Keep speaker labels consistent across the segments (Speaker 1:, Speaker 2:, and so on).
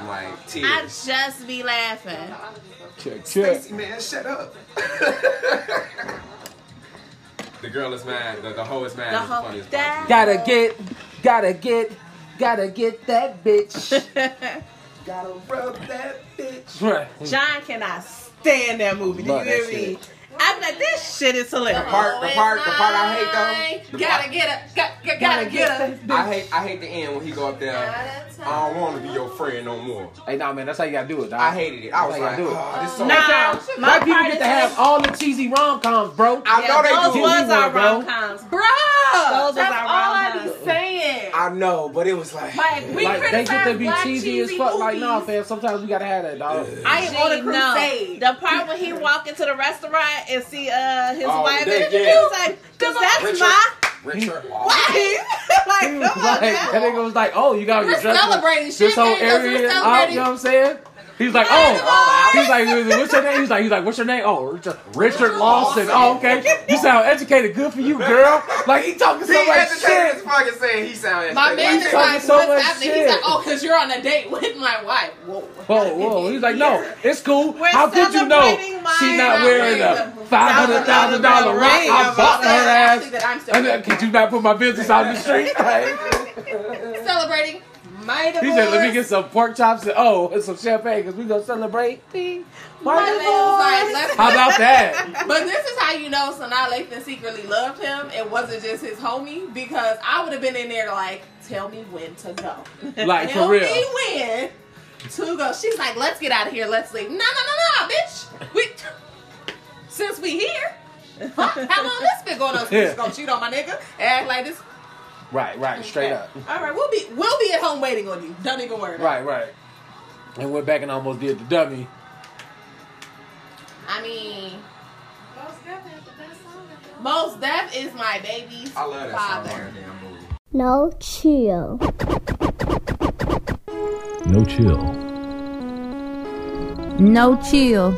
Speaker 1: like
Speaker 2: I
Speaker 1: tears.
Speaker 2: just be laughing.
Speaker 3: Check, check.
Speaker 1: Stacey, man, shut up. the girl is mad. The, the hoe is mad.
Speaker 2: The
Speaker 1: is the
Speaker 2: hoe-
Speaker 1: funniest
Speaker 2: that-
Speaker 1: part.
Speaker 3: Gotta get, gotta get, gotta get that bitch.
Speaker 1: Gotta rub that bitch.
Speaker 3: Right.
Speaker 2: John cannot stand that movie. Do you
Speaker 3: Love that
Speaker 2: hear me? I'm like, this shit is hilarious.
Speaker 4: The
Speaker 5: part- the part- the part I hate,
Speaker 4: though. Gotta get up. Got, got, gotta get up.
Speaker 5: I hate I hate the end when he go up there.
Speaker 1: I don't want to be your friend no more.
Speaker 3: Hey, nah, man, that's how you gotta do it. Dog.
Speaker 5: I hated it. I was
Speaker 3: That's how
Speaker 5: like,
Speaker 3: you gotta do it.
Speaker 5: oh, this so
Speaker 2: Nah, my
Speaker 3: Black people
Speaker 2: part
Speaker 3: get
Speaker 2: is
Speaker 3: to have
Speaker 2: that-
Speaker 3: all the cheesy rom coms, bro.
Speaker 5: I know they
Speaker 2: yeah,
Speaker 5: do.
Speaker 2: those was
Speaker 3: Give me
Speaker 2: our
Speaker 3: one, bro.
Speaker 2: rom coms.
Speaker 4: Bruh,
Speaker 2: Those was
Speaker 4: that's
Speaker 2: our
Speaker 4: all I
Speaker 2: roundhouse.
Speaker 4: be saying.
Speaker 5: I know, but it was like,
Speaker 4: Like we
Speaker 3: like they get
Speaker 4: criticize
Speaker 3: to be
Speaker 4: black
Speaker 3: cheesy as fuck. Like, nah, fam. Sometimes we gotta have that, dog.
Speaker 4: I am on a crusade.
Speaker 2: The part when he walk into the restaurant and see uh his
Speaker 1: Oh,
Speaker 2: wife,
Speaker 1: that-
Speaker 2: and he
Speaker 1: yeah.
Speaker 2: was like, "Cause that's
Speaker 1: Richard.
Speaker 2: my
Speaker 1: Richard.
Speaker 2: wife." like, come
Speaker 3: Like,
Speaker 2: on,
Speaker 3: that
Speaker 2: now.
Speaker 3: nigga was like, oh, you gotta
Speaker 4: We're
Speaker 3: get dressed. up.
Speaker 4: celebrating.
Speaker 3: This whole
Speaker 4: Champagne goes,
Speaker 3: area,
Speaker 4: we're
Speaker 3: is out,
Speaker 4: celebrating.
Speaker 3: you know what I'm saying? He's like, oh, he's like, what's your name? He's like, he's like, what's your name? Oh, Richard, Richard Lawson. Oh, okay. You sound educated. Good for you, girl. Like he talking so
Speaker 5: he
Speaker 3: much
Speaker 5: hesitated as
Speaker 3: shit.
Speaker 5: fuck and saying he sounded.
Speaker 4: My man is
Speaker 3: talking
Speaker 4: like,
Speaker 3: so much
Speaker 4: what's happening? He's like,
Speaker 3: shit.
Speaker 4: oh, cause you're on a date with my wife. Whoa.
Speaker 3: Whoa, whoa. He's like, no, it's cool.
Speaker 2: We're
Speaker 3: How could you know
Speaker 2: celebrating my
Speaker 3: she not wearing a five hundred thousand dollar ring? I
Speaker 2: of
Speaker 3: bought her
Speaker 4: Saying, actually,
Speaker 3: ass.
Speaker 4: that I'm still
Speaker 3: And then, could you not put my business out in the street? Like,
Speaker 4: celebrating my divorce.
Speaker 3: he said, let me get some pork chops and oh, and some champagne because we gonna celebrate. the- My
Speaker 4: My man was like,
Speaker 3: divorce."
Speaker 4: let's-
Speaker 3: How about that?
Speaker 4: But this is how you know Sanaa Lathan secretly loved him. It wasn't just his homie because I would have been in there like, tell me when to go.
Speaker 3: Like
Speaker 4: tell
Speaker 3: for real.
Speaker 4: me when to go. She's like, let's get out of here. Let's leave. No, no, no, no, bitch. We since we here. Fuck, how long this been going on?
Speaker 3: Yeah.
Speaker 4: She's gonna cheat on my nigga. Act like this.
Speaker 3: Right, right, straight up.
Speaker 4: All right, we'll be we'll be at home waiting on you. Don't even worry. about
Speaker 3: Right,
Speaker 4: it.
Speaker 3: right. And went back and almost did the dummy.
Speaker 4: I mean, most death is my baby's
Speaker 5: I love that song.
Speaker 4: father.
Speaker 5: in that damn movie.
Speaker 6: No chill.
Speaker 7: No chill.
Speaker 8: No chill.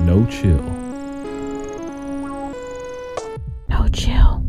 Speaker 7: No chill.
Speaker 8: No chill.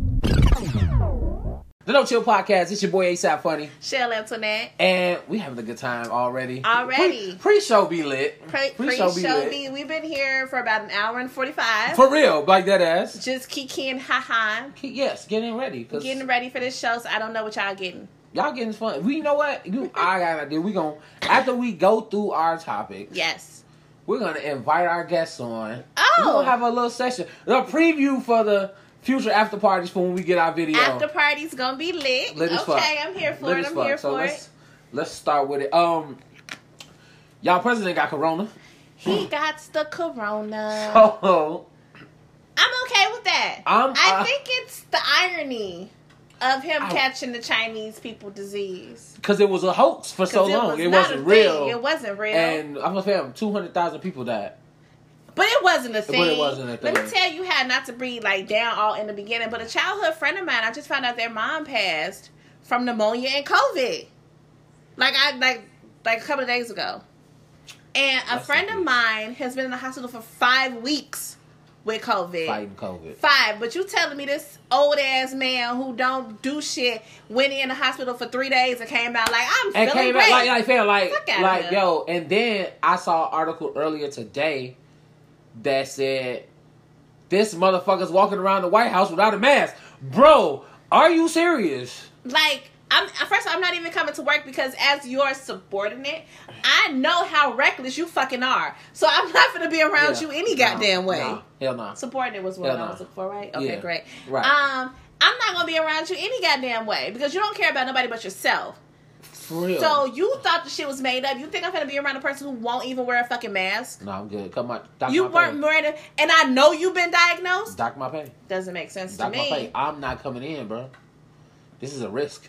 Speaker 3: The No Chill Podcast. It's your boy ASAP Funny,
Speaker 2: Shell Antoinette.
Speaker 3: and we having a good time already.
Speaker 2: Already.
Speaker 3: pre show be lit.
Speaker 2: Pre
Speaker 3: Pre-show be
Speaker 2: show
Speaker 3: lit.
Speaker 2: me. We've been here for about an hour and forty five.
Speaker 3: For real, like that ass.
Speaker 2: Just kikiing, ha
Speaker 3: Ke- Yes, getting ready.
Speaker 2: ha.
Speaker 3: Cause
Speaker 2: Getting ready for this show, so I don't know what y'all getting.
Speaker 3: y'all getting fun. We you know what? You, I got an idea. We gonna after we go through our topic,
Speaker 2: Yes.
Speaker 3: we're gonna invite our guests on. We're
Speaker 2: Oh,
Speaker 3: gonna have a little session, a preview for the future after parties for when we get our video.
Speaker 2: after party's gonna be lit.
Speaker 3: Lit as
Speaker 2: okay,
Speaker 3: fuck.
Speaker 2: I'm here for
Speaker 3: Lit
Speaker 2: it.
Speaker 3: as
Speaker 2: I'm
Speaker 3: fuck.
Speaker 2: here
Speaker 3: so
Speaker 2: for
Speaker 3: let's
Speaker 2: it.
Speaker 3: let's start with it. Um, y'all president got corona. Hmm.
Speaker 2: He got the corona.
Speaker 3: Oh,
Speaker 2: I'm okay with that.
Speaker 3: I'm-
Speaker 2: I
Speaker 3: I-
Speaker 2: think it's the irony of him
Speaker 3: I-
Speaker 2: catching the Chinese people disease.
Speaker 3: because it was a hoax for
Speaker 2: 'Cause
Speaker 3: so long. It, was
Speaker 2: not
Speaker 3: not
Speaker 2: a thing.
Speaker 3: real.
Speaker 2: It wasn't real.
Speaker 3: And I'm a fam. Two hundred thousand people died.
Speaker 2: But it wasn't a
Speaker 3: But
Speaker 2: thing.
Speaker 3: it wasn't
Speaker 2: Let
Speaker 3: a
Speaker 2: me
Speaker 3: thing.
Speaker 2: tell you how not to breathe like down all in the beginning. But a childhood friend of mine, I just found out their mom passed from pneumonia and COVID. Like I like like a couple of days ago. And a
Speaker 3: That's
Speaker 2: friend
Speaker 3: not
Speaker 2: of
Speaker 3: good.
Speaker 2: mine has been in the hospital for five weeks with COVID.
Speaker 3: Fighting COVID.
Speaker 2: Five. But you telling me this old ass man who don't do shit went in the hospital for three days and came out like I'm
Speaker 3: and
Speaker 2: feeling
Speaker 3: came
Speaker 2: great.
Speaker 3: back like, like, fam, like,
Speaker 2: Fuck outta
Speaker 3: like,
Speaker 2: here.
Speaker 3: yo. And then I saw an article earlier today that said this motherfucker's walking around the White House without a mask, bro. Are you serious?
Speaker 2: like I'm first of all, I'm not even coming to work because as your subordinate, I know how reckless you fucking are. So I'm not gonna be around
Speaker 3: Yeah.
Speaker 2: you any
Speaker 3: Nah,
Speaker 2: goddamn way.
Speaker 3: nah, hell no.
Speaker 2: Subordinate was what
Speaker 3: Hell
Speaker 2: I
Speaker 3: nah.
Speaker 2: was looking for, right? Okay,
Speaker 3: Yeah,
Speaker 2: great.
Speaker 3: right.
Speaker 2: Um, I'm not gonna be around you any goddamn way because you don't care about nobody but yourself.
Speaker 3: For real.
Speaker 2: So you thought the shit was made up. You think I'm gonna be around a person who won't even wear a fucking mask?
Speaker 3: no, I'm good. Come on, dock
Speaker 2: You
Speaker 3: my
Speaker 2: weren't
Speaker 3: pay.
Speaker 2: wearing it, and I know you've been diagnosed.
Speaker 3: Dock my pay.
Speaker 2: Doesn't make sense to
Speaker 3: Dock my pay.
Speaker 2: me.
Speaker 3: I'm not coming in, bro. This is a risk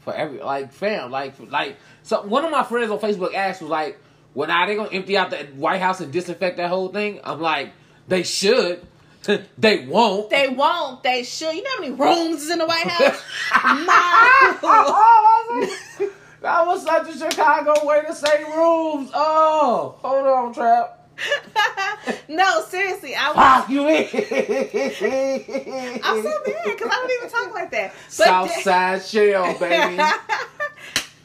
Speaker 3: for every like fam. Like like so one of my friends on Facebook asked was like, "Well, now they gonna empty out the White House and disinfect that whole thing?" I'm like, "They should. they won't."
Speaker 2: They won't. They should. You know how many rooms is in the White House? My-
Speaker 3: that was such a Chicago way to say rooms. Oh, hold on, trap.
Speaker 2: no, seriously, I was.
Speaker 3: Fuck you in.
Speaker 2: I'm so mad because I don't even talk like that. But
Speaker 3: Southside shell, baby.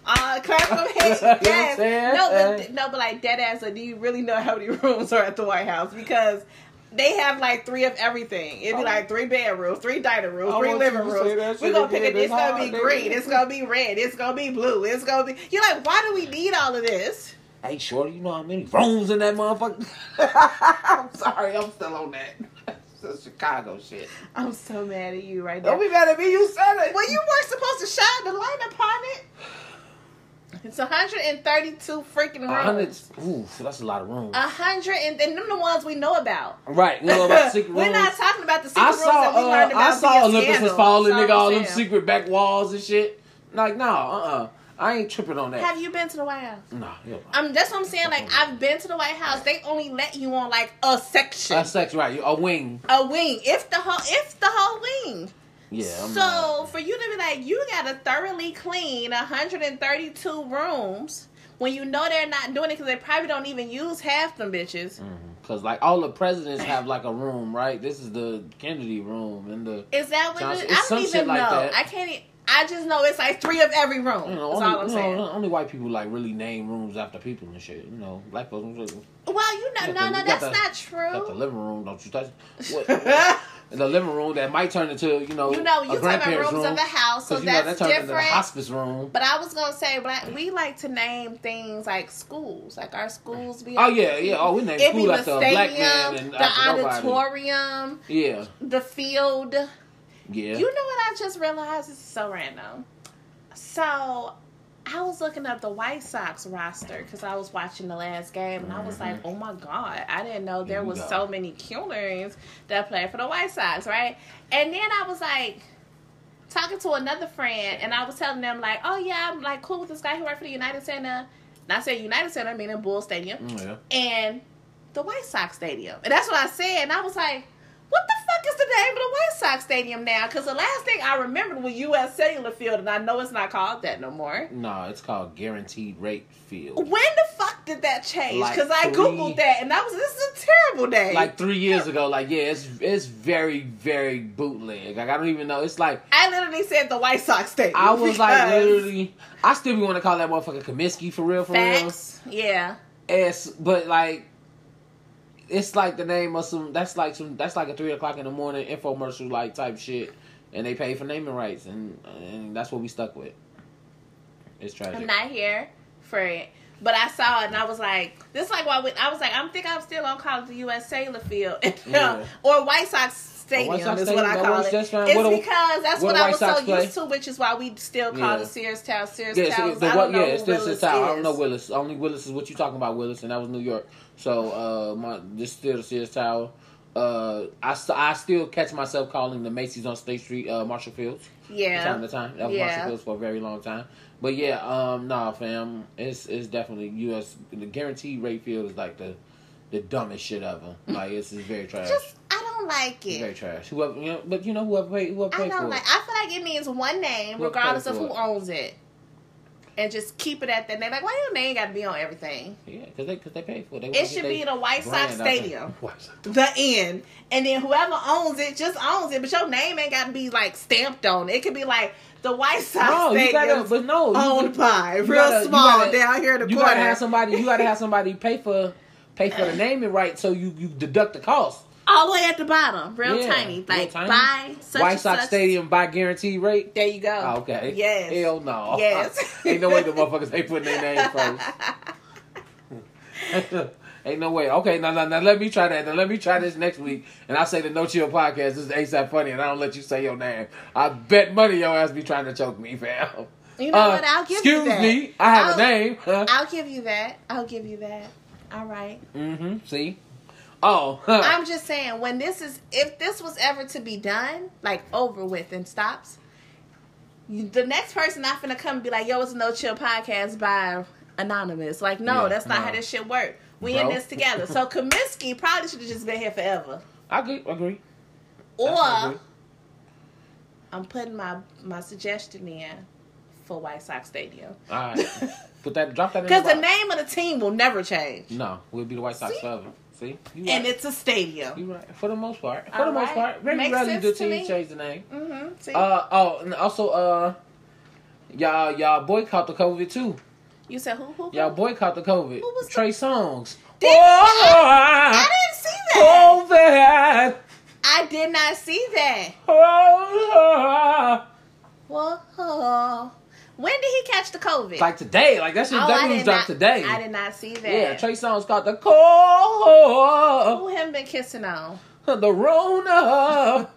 Speaker 2: Uh, clap of hands.
Speaker 3: You know what I'm
Speaker 2: Yes.
Speaker 3: saying? Uh.
Speaker 2: no, but no, but like dead ass. Like, do you really know how many rooms are at the White House? Because they have like three of everything. It'd be like three bedrooms, three dining rooms,
Speaker 3: I
Speaker 2: three
Speaker 3: want Oh. you
Speaker 2: living
Speaker 3: to
Speaker 2: rooms.
Speaker 3: say that
Speaker 2: We're
Speaker 3: shit
Speaker 2: gonna pick
Speaker 3: again.
Speaker 2: it. It's
Speaker 3: That's
Speaker 2: gonna
Speaker 3: how
Speaker 2: be
Speaker 3: I did
Speaker 2: green.
Speaker 3: it.
Speaker 2: It's gonna be red. It's gonna be blue. It's gonna be. You're like, why do we need all of this?
Speaker 3: Hey, shorty, you know how many rooms in that motherfucker? I'm sorry, I'm still on that. It's some Chicago shit.
Speaker 2: I'm so mad at you right now.
Speaker 3: Don't be mad at me, you said it.
Speaker 2: Well, you weren't supposed to shine the light upon it. It's 132 freaking
Speaker 3: A hundred.
Speaker 2: rooms.
Speaker 3: Oof, that's a lot of rooms.
Speaker 2: A hundred and, and them the ones we know about.
Speaker 3: right, we know about secret
Speaker 2: We're
Speaker 3: rooms.
Speaker 2: not talking about the secret
Speaker 3: I
Speaker 2: rooms
Speaker 3: saw,
Speaker 2: that we learned
Speaker 3: uh,
Speaker 2: about.
Speaker 3: I saw
Speaker 2: via
Speaker 3: Olympus has
Speaker 2: scandal.
Speaker 3: fallen,
Speaker 2: Sorry,
Speaker 3: nigga, all them
Speaker 2: Sam.
Speaker 3: secret back walls and shit. Like, no, uh-uh. I ain't tripping on that.
Speaker 2: Have you been to the White House?
Speaker 3: Nah, hell no.
Speaker 2: Um, that's what I'm saying. Like I've been to the White House. They only let you on like a section,
Speaker 3: That's sex, right? A wing.
Speaker 2: a wing, if the whole, if the whole wing.
Speaker 3: Yeah. I'm
Speaker 2: so
Speaker 3: not-
Speaker 2: for you to be like, you gotta thoroughly clean 132 rooms when you know they're not doing it because they probably don't even use half them bitches.
Speaker 3: Cause like all the presidents have like a room, right? This is the Kennedy room and the
Speaker 2: Is that what?
Speaker 3: Johnson-
Speaker 2: it-
Speaker 3: it's
Speaker 2: I
Speaker 3: some
Speaker 2: don't
Speaker 3: shit
Speaker 2: even know.
Speaker 3: like that.
Speaker 2: I can't. e- I just know it's like three of every room.
Speaker 3: you know,
Speaker 2: That's
Speaker 3: only,
Speaker 2: all I'm
Speaker 3: you
Speaker 2: saying.
Speaker 3: know, only white people like really name rooms after people and shit. You know, black folks don't really-
Speaker 2: Well, you know,
Speaker 3: You got
Speaker 2: no,
Speaker 3: the-
Speaker 2: no,
Speaker 3: you got
Speaker 2: that's
Speaker 3: the-
Speaker 2: not
Speaker 3: got the
Speaker 2: true.
Speaker 3: living room. Don't you touch what, the living room that might turn into you know
Speaker 2: You know,
Speaker 3: a
Speaker 2: you talking about
Speaker 3: grandparents
Speaker 2: rooms
Speaker 3: room.
Speaker 2: of a house, so
Speaker 3: 'Cause, you know,
Speaker 2: that's
Speaker 3: that turned into the
Speaker 2: different.
Speaker 3: hospice room.
Speaker 2: But I was gonna say, black. We like to name things like schools, like our schools. Be
Speaker 3: Oh yeah, yeah. Oh, we named
Speaker 2: It be
Speaker 3: school
Speaker 2: the
Speaker 3: after a black man
Speaker 2: stadium,
Speaker 3: and
Speaker 2: the
Speaker 3: after nobody.
Speaker 2: auditorium,
Speaker 3: Yeah,
Speaker 2: the field.
Speaker 3: yeah.
Speaker 2: You know what I just realized? This is so random. So, I was looking up the White Sox roster because I was watching the last game, and I was like, "Oh my god, I didn't know there
Speaker 3: Mm-hmm. you
Speaker 2: was
Speaker 3: go.
Speaker 2: so many Cuners that play for the White Sox, right?" And then I was like. Talking to another friend, and I was telling them like, "Oh yeah, I'm like cool with this guy who worked for the United Center." And I said United Center, meaning Bull Stadium
Speaker 3: Mm, yeah.
Speaker 2: and the White Sox Stadium. And that's what I said. And I was like, what the fuck is the name of the White Sox Stadium now? Because the last thing I remembered was U.S. Cellular Field, and I know it's not called that no more.
Speaker 3: Nah, it's called Guaranteed Rate
Speaker 2: When
Speaker 3: Field.
Speaker 2: the fuck did that change?
Speaker 3: Like
Speaker 2: Because I
Speaker 3: three-
Speaker 2: Googled that, and I was, this is a terrible name.
Speaker 3: Like three years ago, like yeah, it's it's very very bootleg. Like I don't even know. It's like
Speaker 2: I literally said the White Sox Stadium.
Speaker 3: I was like
Speaker 2: because-
Speaker 3: literally. I still be want to call that motherfucker Comiskey for real for
Speaker 2: Facts. Yeah.
Speaker 3: real. It's but like. It's like the name of some. That's like some. That's like a three o'clock in the morning infomercial like type shit, and they pay for naming rights, and and that's what we stuck with. It's tragic.
Speaker 2: I'm not here for it. But I saw it and I was like, this is like why we, I was like, I'm think I'm still on college the US Sailor Field
Speaker 3: Yeah.
Speaker 2: or White Sox Stadium
Speaker 3: White Sox
Speaker 2: is what I
Speaker 3: Stadium,
Speaker 2: call
Speaker 3: that
Speaker 2: it.
Speaker 3: was
Speaker 2: It's
Speaker 3: just right. What do-
Speaker 2: because that's
Speaker 3: what
Speaker 2: what,
Speaker 3: do
Speaker 2: I
Speaker 3: White
Speaker 2: was
Speaker 3: Sox
Speaker 2: so
Speaker 3: play?
Speaker 2: used to, which is why we still call
Speaker 3: Yeah.
Speaker 2: it Sears Town, Sears
Speaker 3: Yes,
Speaker 2: Town.
Speaker 3: it's the
Speaker 2: I
Speaker 3: one.
Speaker 2: don't
Speaker 3: Yeah,
Speaker 2: know
Speaker 3: it's
Speaker 2: who
Speaker 3: this
Speaker 2: Willis
Speaker 3: is how I don't know
Speaker 2: is.
Speaker 3: Willis. Only Willis is what you talking about. Willis, and that was New York. So uh, my this still the Sears Tower. Uh, I st- I still catch myself calling the Macy's on State Street uh, Marshall Fields from time
Speaker 2: Yeah.
Speaker 3: to time. That was
Speaker 2: Yeah.
Speaker 3: Marshall Fields for a very long time. But yeah, um, nah, fam, it's it's definitely U.S. The guaranteed rate field is like the the dumbest shit ever. Like it's, it's very trash.
Speaker 2: Just I don't like
Speaker 3: It's very
Speaker 2: it.
Speaker 3: trash. Whoever, you know, but you know whoever paid, whoever
Speaker 2: I
Speaker 3: paid for
Speaker 2: don't like
Speaker 3: it.
Speaker 2: I feel like it needs one name,
Speaker 3: We'll pay
Speaker 2: regardless of
Speaker 3: for
Speaker 2: who
Speaker 3: it.
Speaker 2: owns it. And just keep it at that name. Like, why your name gotta be on everything?
Speaker 3: Yeah, because they, cause they paid for it. They wanna
Speaker 2: It
Speaker 3: get
Speaker 2: should
Speaker 3: they
Speaker 2: be the White Sox
Speaker 3: brand out there.
Speaker 2: Stadium.
Speaker 3: White Sox.
Speaker 2: the end. And then whoever owns it just owns it. But your name ain't got to be like stamped on it. It could be like the White Sox
Speaker 3: No, you gotta,
Speaker 2: Stadium
Speaker 3: but no, you-
Speaker 2: owned by real
Speaker 3: gotta- you
Speaker 2: small
Speaker 3: gotta-
Speaker 2: down here in the
Speaker 3: you
Speaker 2: corner.
Speaker 3: gotta have somebody. You gotta have somebody pay for pay for the naming right, so you you deduct the cost.
Speaker 2: All the way at the bottom, real
Speaker 3: Yeah,
Speaker 2: tiny,
Speaker 3: real
Speaker 2: like
Speaker 3: tiny.
Speaker 2: by such
Speaker 3: White
Speaker 2: and
Speaker 3: Sox
Speaker 2: such-
Speaker 3: Stadium by guaranteed rate.
Speaker 2: There you go.
Speaker 3: Oh, okay.
Speaker 2: Yes.
Speaker 3: Hell no.
Speaker 2: Yes.
Speaker 3: Ain't no way the motherfuckers ain't putting their name first. Ain't no way. Okay, now, now, now let me try that. Now let me try this next week, and I say the No Chill podcast is ASAP funny, and I don't let you say your name. I bet money your ass be trying to choke me, fam.
Speaker 2: You know
Speaker 3: Uh,
Speaker 2: what? I'll give
Speaker 3: excuse
Speaker 2: you that.
Speaker 3: me, I have
Speaker 2: I'll-
Speaker 3: a name. Huh?
Speaker 2: I'll give you that. I'll give you that. All right.
Speaker 3: hmm See? Oh, huh.
Speaker 2: I'm just saying, when this is, if this was ever to be done, like over with and stops, you, the next person not finna come and be like, yo, it's a no chill podcast by Anonymous. Like, no,
Speaker 3: Yeah,
Speaker 2: that's not
Speaker 3: no.
Speaker 2: how this shit work. We in
Speaker 3: Bro.
Speaker 2: this together. So Kaminsky probably should have just been here forever.
Speaker 3: I agree. agree. That's
Speaker 2: Or
Speaker 3: agree.
Speaker 2: I'm putting my, my suggestion in for White Sox Stadium.
Speaker 3: All right. Put that, drop that in
Speaker 2: Because
Speaker 3: the,
Speaker 2: the
Speaker 3: box.
Speaker 2: name of the team will never change.
Speaker 3: No, we'll be the White Sox
Speaker 2: See?
Speaker 3: forever. See? You right.
Speaker 2: And it's a stadium.
Speaker 3: you right. For the most part. For
Speaker 2: All
Speaker 3: the most
Speaker 2: right.
Speaker 3: part. Very
Speaker 2: Makes
Speaker 3: rarely
Speaker 2: sense
Speaker 3: do
Speaker 2: to
Speaker 3: teams
Speaker 2: me.
Speaker 3: Uh, change the name.
Speaker 2: Mm-hmm. See?
Speaker 3: Uh, oh, and also, uh, Y'all, y'all boycott the COVID too.
Speaker 2: You said who? Who? who?
Speaker 3: Y'all boycott the COVID.
Speaker 2: Who was the-
Speaker 3: Trey Oh, Songs.
Speaker 2: Did- I
Speaker 3: oh,
Speaker 2: didn't see that.
Speaker 3: COVID.
Speaker 2: I did not see that.
Speaker 3: Oh,
Speaker 2: Whoa. When did he catch the COVID?
Speaker 3: like today, like that shit
Speaker 2: Oh,
Speaker 3: that
Speaker 2: I
Speaker 3: news
Speaker 2: did
Speaker 3: dropped
Speaker 2: not-
Speaker 3: today.
Speaker 2: I did not see that.
Speaker 3: yeah, Trey Songs caught the cold,
Speaker 2: Who him been kissing on?
Speaker 3: the Rona.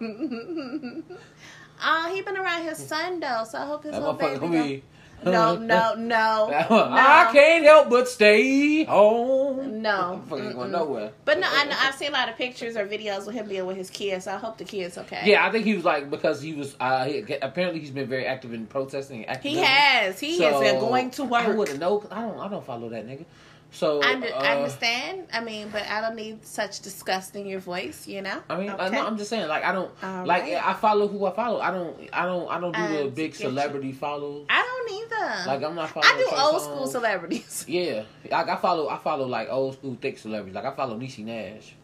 Speaker 2: Uh, he been around his son though, so I hope his
Speaker 3: That
Speaker 2: little baby.
Speaker 3: motherfucker
Speaker 2: Don't...
Speaker 3: be.
Speaker 2: No, no, no,
Speaker 3: I
Speaker 2: no.
Speaker 3: can't help but stay home.
Speaker 2: No.
Speaker 3: Fucking ain't going
Speaker 2: Mm-mm.
Speaker 3: nowhere.
Speaker 2: But no, I know I've seen a lot of pictures or videos with him being with his kids, so I hope the kids okay.
Speaker 3: Yeah, I think he was like because he was. Uh, he, apparently, he's been very active in protesting. And
Speaker 2: he
Speaker 3: activism.
Speaker 2: has. He has been going to
Speaker 3: I
Speaker 2: work.
Speaker 3: wouldn't know. 'cause I don't. I don't follow that nigga. So
Speaker 2: I, under-
Speaker 3: uh,
Speaker 2: I understand. I mean, but I don't need such disgust in your voice, you know.
Speaker 3: I mean, like,
Speaker 2: Okay.
Speaker 3: no, I'm just saying. Like, I don't
Speaker 2: All
Speaker 3: like.
Speaker 2: right.
Speaker 3: yeah, I follow who I follow. I don't. I don't. I don't do
Speaker 2: Um,
Speaker 3: the big
Speaker 2: get you.
Speaker 3: celebrity follows.
Speaker 2: I don't either.
Speaker 3: Like, I'm not following.
Speaker 2: I do
Speaker 3: Trey
Speaker 2: old
Speaker 3: Songz.
Speaker 2: school celebrities.
Speaker 3: Yeah, like I follow. I follow like old school thick celebrities. Like I follow Niecy Nash.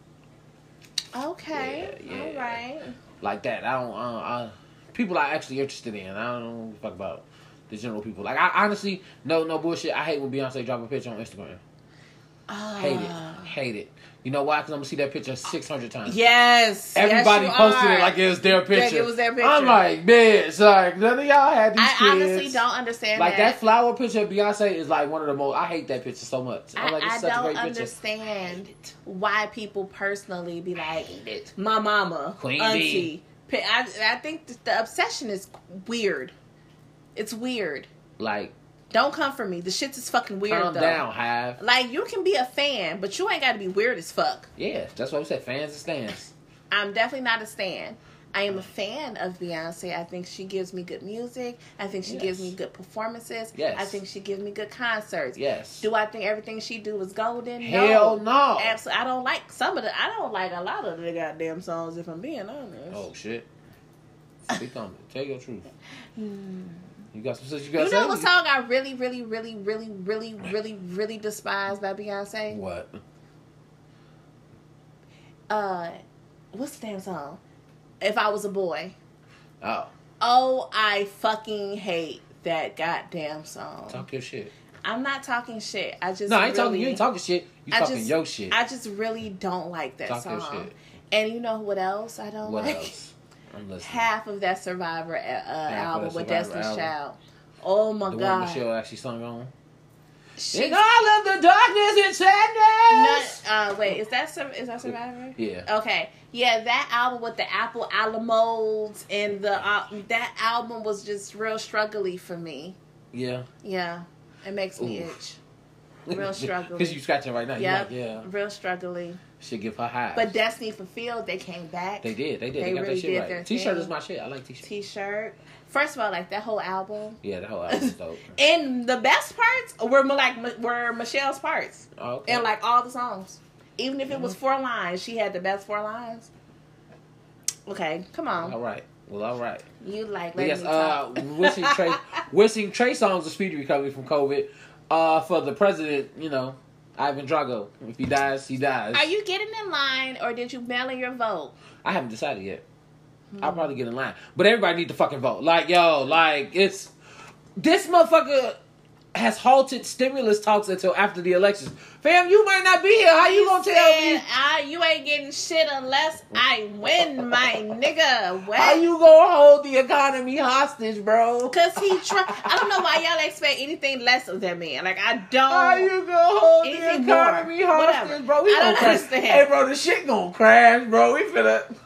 Speaker 2: Okay.
Speaker 3: Yeah, yeah.
Speaker 2: All right.
Speaker 3: like that. I don't. I, don't, I people I'm actually interested in. I don't give a fuck about the general people. Like I honestly, no, no bullshit. I hate when Beyonce drop a picture on Instagram. Hate
Speaker 2: Uh,
Speaker 3: it. Hate it. You know why? Because I'm gonna see that picture 600 times.
Speaker 2: Yes.
Speaker 3: Everybody
Speaker 2: yes, you
Speaker 3: posted
Speaker 2: are.
Speaker 3: it like it was their picture.
Speaker 2: it was their picture.
Speaker 3: I'm like, bitch, like none of y'all had these
Speaker 2: I
Speaker 3: kids.
Speaker 2: honestly don't understand
Speaker 3: Like that flower picture of Beyonce is like one of the most. I hate that picture so much. I'm
Speaker 2: I,
Speaker 3: like, it's
Speaker 2: I
Speaker 3: such a
Speaker 2: don't
Speaker 3: great picture.
Speaker 2: understand why people personally be like, my mama,
Speaker 3: Queen
Speaker 2: auntie.
Speaker 3: Bee.
Speaker 2: P- I, I think th- the obsession is weird. It's weird.
Speaker 3: Like,
Speaker 2: Don't come for me. The shit is fucking weird
Speaker 3: calm
Speaker 2: though.
Speaker 3: down, Hive.
Speaker 2: Like you can be a fan, but you ain't got to be weird as fuck.
Speaker 3: Yeah, that's what I said. Fans and stands.
Speaker 2: I'm definitely not a stan. I am a fan of Beyonce. I think she gives me good music. I think she gives
Speaker 3: Yes.
Speaker 2: me good performances.
Speaker 3: Yes.
Speaker 2: I think she gives me good concerts.
Speaker 3: Yes.
Speaker 2: Do I think everything she do was golden?
Speaker 3: Hell no.
Speaker 2: Absolutely. I don't like some of the. I don't like a lot of the goddamn songs. If I'm being honest.
Speaker 3: Oh shit! Speak on it. Tell your truth. You got some shit you got
Speaker 2: Hmm. You
Speaker 3: to
Speaker 2: know
Speaker 3: say?
Speaker 2: what song I really, really, really, really, really, really, really despise by Beyonce?
Speaker 3: What?
Speaker 2: Uh, what's the damn song? If I was a boy.
Speaker 3: Oh,
Speaker 2: Oh, I fucking hate that goddamn song.
Speaker 3: talk your shit.
Speaker 2: I'm not talking shit. I just
Speaker 3: No, I ain't
Speaker 2: really,
Speaker 3: talking. You ain't talking shit. You
Speaker 2: I
Speaker 3: talking
Speaker 2: just,
Speaker 3: your shit.
Speaker 2: I just really don't like that
Speaker 3: Talk your
Speaker 2: song.
Speaker 3: shit.
Speaker 2: And you know what else I don't
Speaker 3: what
Speaker 2: like?
Speaker 3: else? I'm listening.
Speaker 2: Half of that Survivor uh, uh,
Speaker 3: of
Speaker 2: album
Speaker 3: that
Speaker 2: with
Speaker 3: Survivor
Speaker 2: Destiny's
Speaker 3: album.
Speaker 2: Child. Oh my
Speaker 3: the one
Speaker 2: god.
Speaker 3: Michelle actually sung on.
Speaker 2: She,
Speaker 3: In all of the darkness and sadness.
Speaker 2: Not- uh, wait, is that Sur- is that Survivor?
Speaker 3: Yeah.
Speaker 2: Okay, yeah, that album with the Apple Alamos and the uh, that album was just real struggly for me.
Speaker 3: Yeah.
Speaker 2: Yeah, it makes me
Speaker 3: Oof.
Speaker 2: itch. Real struggle.
Speaker 3: Because you scratching right now.
Speaker 2: Yep.
Speaker 3: You like, yeah.
Speaker 2: Real struggling.
Speaker 3: Should give her high.
Speaker 2: But Destiny Fulfilled, they came back.
Speaker 3: they did. They
Speaker 2: They
Speaker 3: did. They, got
Speaker 2: really
Speaker 3: that shit
Speaker 2: did their
Speaker 3: right. T-shirt
Speaker 2: thing.
Speaker 3: is my shit. I like t-shirt.
Speaker 2: T shirt. First of all, like that whole album.
Speaker 3: yeah, the whole album's dope.
Speaker 2: And the best parts were more like Mi- were Michelle's parts.
Speaker 3: Oh, okay.
Speaker 2: And like all the songs. Even if it
Speaker 3: Mm-hmm.
Speaker 2: was four lines, she had the best four lines. Okay, come
Speaker 3: all
Speaker 2: on.
Speaker 3: right. Well, all right.
Speaker 2: You like let
Speaker 3: But yes,
Speaker 2: me talk.
Speaker 3: uh, wishing Trey, wishing Trey Songz a speedy recovery from COVID. Uh, for the president, you know, Ivan Drago. If he dies, he dies.
Speaker 2: Are you getting in line or did you mail in your vote?
Speaker 3: I haven't decided yet.
Speaker 2: Hmm.
Speaker 3: I'll probably get in line, but everybody need to fucking vote. Like yo, like it's this motherfucker has halted stimulus talks until after the elections. Fam, you might not be here. How you gonna tell me?
Speaker 2: Said, "Ah, you ain't getting shit unless I win, my nigga. What?
Speaker 3: How you gonna hold the economy hostage, bro?
Speaker 2: Cause he try. I don't know why y'all expect anything less of that man. Like I don't.
Speaker 3: How you gonna hold the
Speaker 2: Anything
Speaker 3: economy
Speaker 2: more. Oh. Whatever.
Speaker 3: hostage, bro? We
Speaker 2: I don't
Speaker 3: gonna crash.
Speaker 2: understand.
Speaker 3: Hey, bro, the shit gonna crash, bro. We finna.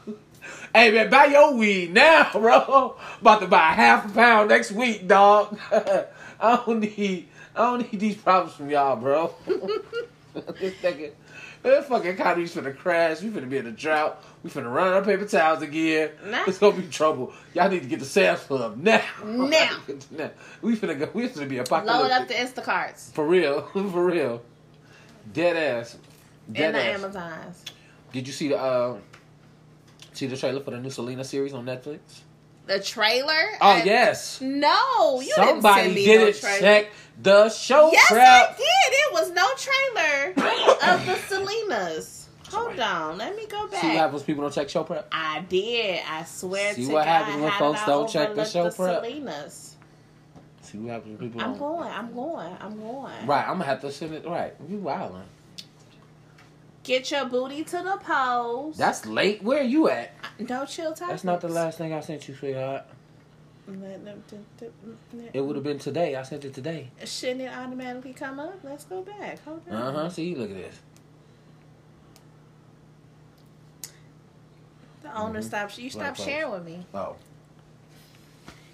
Speaker 3: Hey man, buy your weed now, bro. About to buy half a pound next week, dog. I don't need, I don't need these problems from y'all, bro. this nigga, this fucking economy's finna crash. We finna be in a drought. We finna run out of paper towels again.
Speaker 2: Nah.
Speaker 3: It's gonna be trouble. Y'all need to get the Sam's Club now.
Speaker 2: Now.
Speaker 3: Now. we finna go. We finna be apocalyptic.
Speaker 2: load up the Instacarts
Speaker 3: For real, for real. Dead ass. Dead
Speaker 2: and the
Speaker 3: ass.
Speaker 2: Amazons.
Speaker 3: Did you see the uh, see the trailer for the new Selena series on Netflix?
Speaker 2: The trailer.
Speaker 3: Oh
Speaker 2: I-
Speaker 3: yes.
Speaker 2: No, you didn't
Speaker 3: Somebody
Speaker 2: send me no
Speaker 3: didn't
Speaker 2: trailer.
Speaker 3: check the show
Speaker 2: Yes, I
Speaker 3: prep.
Speaker 2: did. It was no trailer of the Selenas. Hold on, let me go
Speaker 3: See what
Speaker 2: back.
Speaker 3: happens. when People don't check show prep.
Speaker 2: I did. I swear
Speaker 3: See
Speaker 2: to
Speaker 3: what
Speaker 2: God,
Speaker 3: happens when
Speaker 2: how
Speaker 3: folks
Speaker 2: did I
Speaker 3: don't check the
Speaker 2: overlook
Speaker 3: show prep?
Speaker 2: Selenas.
Speaker 3: See what happens when people.
Speaker 2: I'm
Speaker 3: don't-
Speaker 2: going. I'm going. I'm going.
Speaker 3: Right, I'm gonna have to send it. Right, you wildin'.
Speaker 2: Get your booty to the pose.
Speaker 3: That's late. Where are you at?
Speaker 2: no chill time.
Speaker 3: That's not the last thing I sent you, sweetheart. It would have been today. I sent it today.
Speaker 2: Shouldn't it automatically come up? Let's go back. Hold on.
Speaker 3: Uh huh. See, look at this.
Speaker 2: The owner
Speaker 3: Mm-hmm.
Speaker 2: stopped. You
Speaker 3: Right,
Speaker 2: stopped
Speaker 3: folks.
Speaker 2: sharing with me.
Speaker 3: Oh,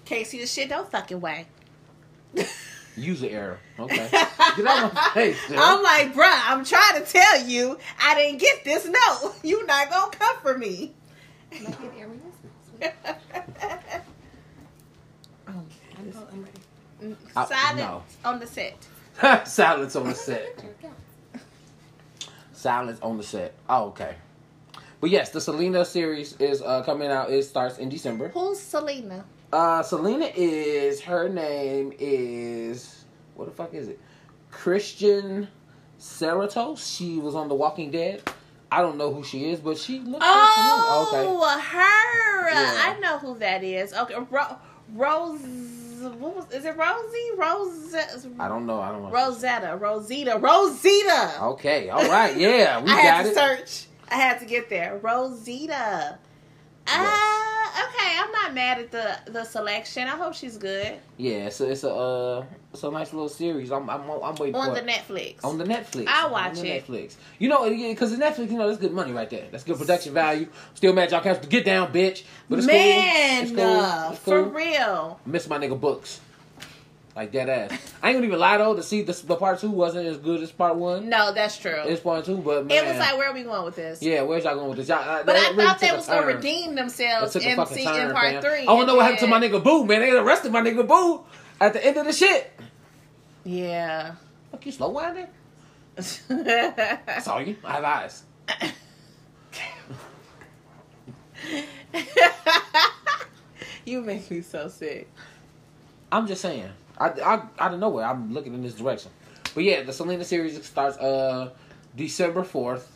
Speaker 2: Casey, this shit don't fucking way.
Speaker 3: user error. Okay. Get out of my face. Jill.
Speaker 2: I'm like, bruh, I'm trying to tell you, I didn't get this note. You not gonna come for me.
Speaker 4: Make it air business. Oh, I'm, go- I'm ready.
Speaker 3: I-
Speaker 2: Silence
Speaker 3: no.
Speaker 2: Mm, on the set.
Speaker 3: Silence on the set.
Speaker 4: Here we go.
Speaker 3: Silence on the set. Oh, okay. But yes, the Selena series is uh, coming out. It starts in December.
Speaker 2: Who's Selena?
Speaker 3: Uh, Selena is her name is what the fuck is it? Christian Serato. She was on The Walking Dead. I don't know who she is, but she looks like Selena.
Speaker 2: Oh,
Speaker 3: Okay.
Speaker 2: her.
Speaker 3: Yeah.
Speaker 2: I know who that is. Okay, Ro- Rose. What was? Is it Rosie? Rose.
Speaker 3: I don't know. I don't know.
Speaker 2: Rosetta. Rosita. Rosita.
Speaker 3: Okay. All right. Yeah, we
Speaker 2: I had
Speaker 3: got
Speaker 2: to
Speaker 3: it.
Speaker 2: search. I had to get there. Rosita. Uh, okay. I'm not mad at the the selection. I hope she's good
Speaker 3: Yeah. So it's a uh, it's a nice little series. I'm I'm I'm waiting
Speaker 2: on
Speaker 3: for
Speaker 2: the
Speaker 3: it.
Speaker 2: Netflix.
Speaker 3: On the Netflix.
Speaker 2: I'll
Speaker 3: On
Speaker 2: watch
Speaker 3: the
Speaker 2: it.
Speaker 3: Netflix. You know, because the Netflix, you know, that's good money right there. That's good production value. Still mad y'all can't get down, bitch. But it's
Speaker 2: Man,
Speaker 3: cool. It's cool.
Speaker 2: uh,
Speaker 3: It's cool.
Speaker 2: for real.
Speaker 3: Miss my nigga books. Like dead ass. I ain't gonna even lie though. To see the, the part two wasn't as good as part one.
Speaker 2: No, that's true.
Speaker 3: It's part two, but man,
Speaker 2: it was like, where are we going with this?
Speaker 3: yeah, where's y'all going with this? Y'all, uh,
Speaker 2: But I
Speaker 3: that really
Speaker 2: thought they
Speaker 3: took a
Speaker 2: was gonna
Speaker 3: turn.
Speaker 2: redeem
Speaker 3: That
Speaker 2: themselves
Speaker 3: took a
Speaker 2: in,
Speaker 3: fucking
Speaker 2: se-
Speaker 3: turn,
Speaker 2: in part
Speaker 3: fam.
Speaker 2: three.
Speaker 3: I don't know what happened to my
Speaker 2: and
Speaker 3: nigga Boo, man. They arrested my nigga Boo at the end of the shit.
Speaker 2: then-
Speaker 3: Fuck you, slow winding. I
Speaker 2: Yeah.
Speaker 3: saw you. I have eyes.
Speaker 2: you make me so sick.
Speaker 3: I'm just saying. I, I out of nowhere, I'm looking in this direction. But yeah, the Selena series starts uh December fourth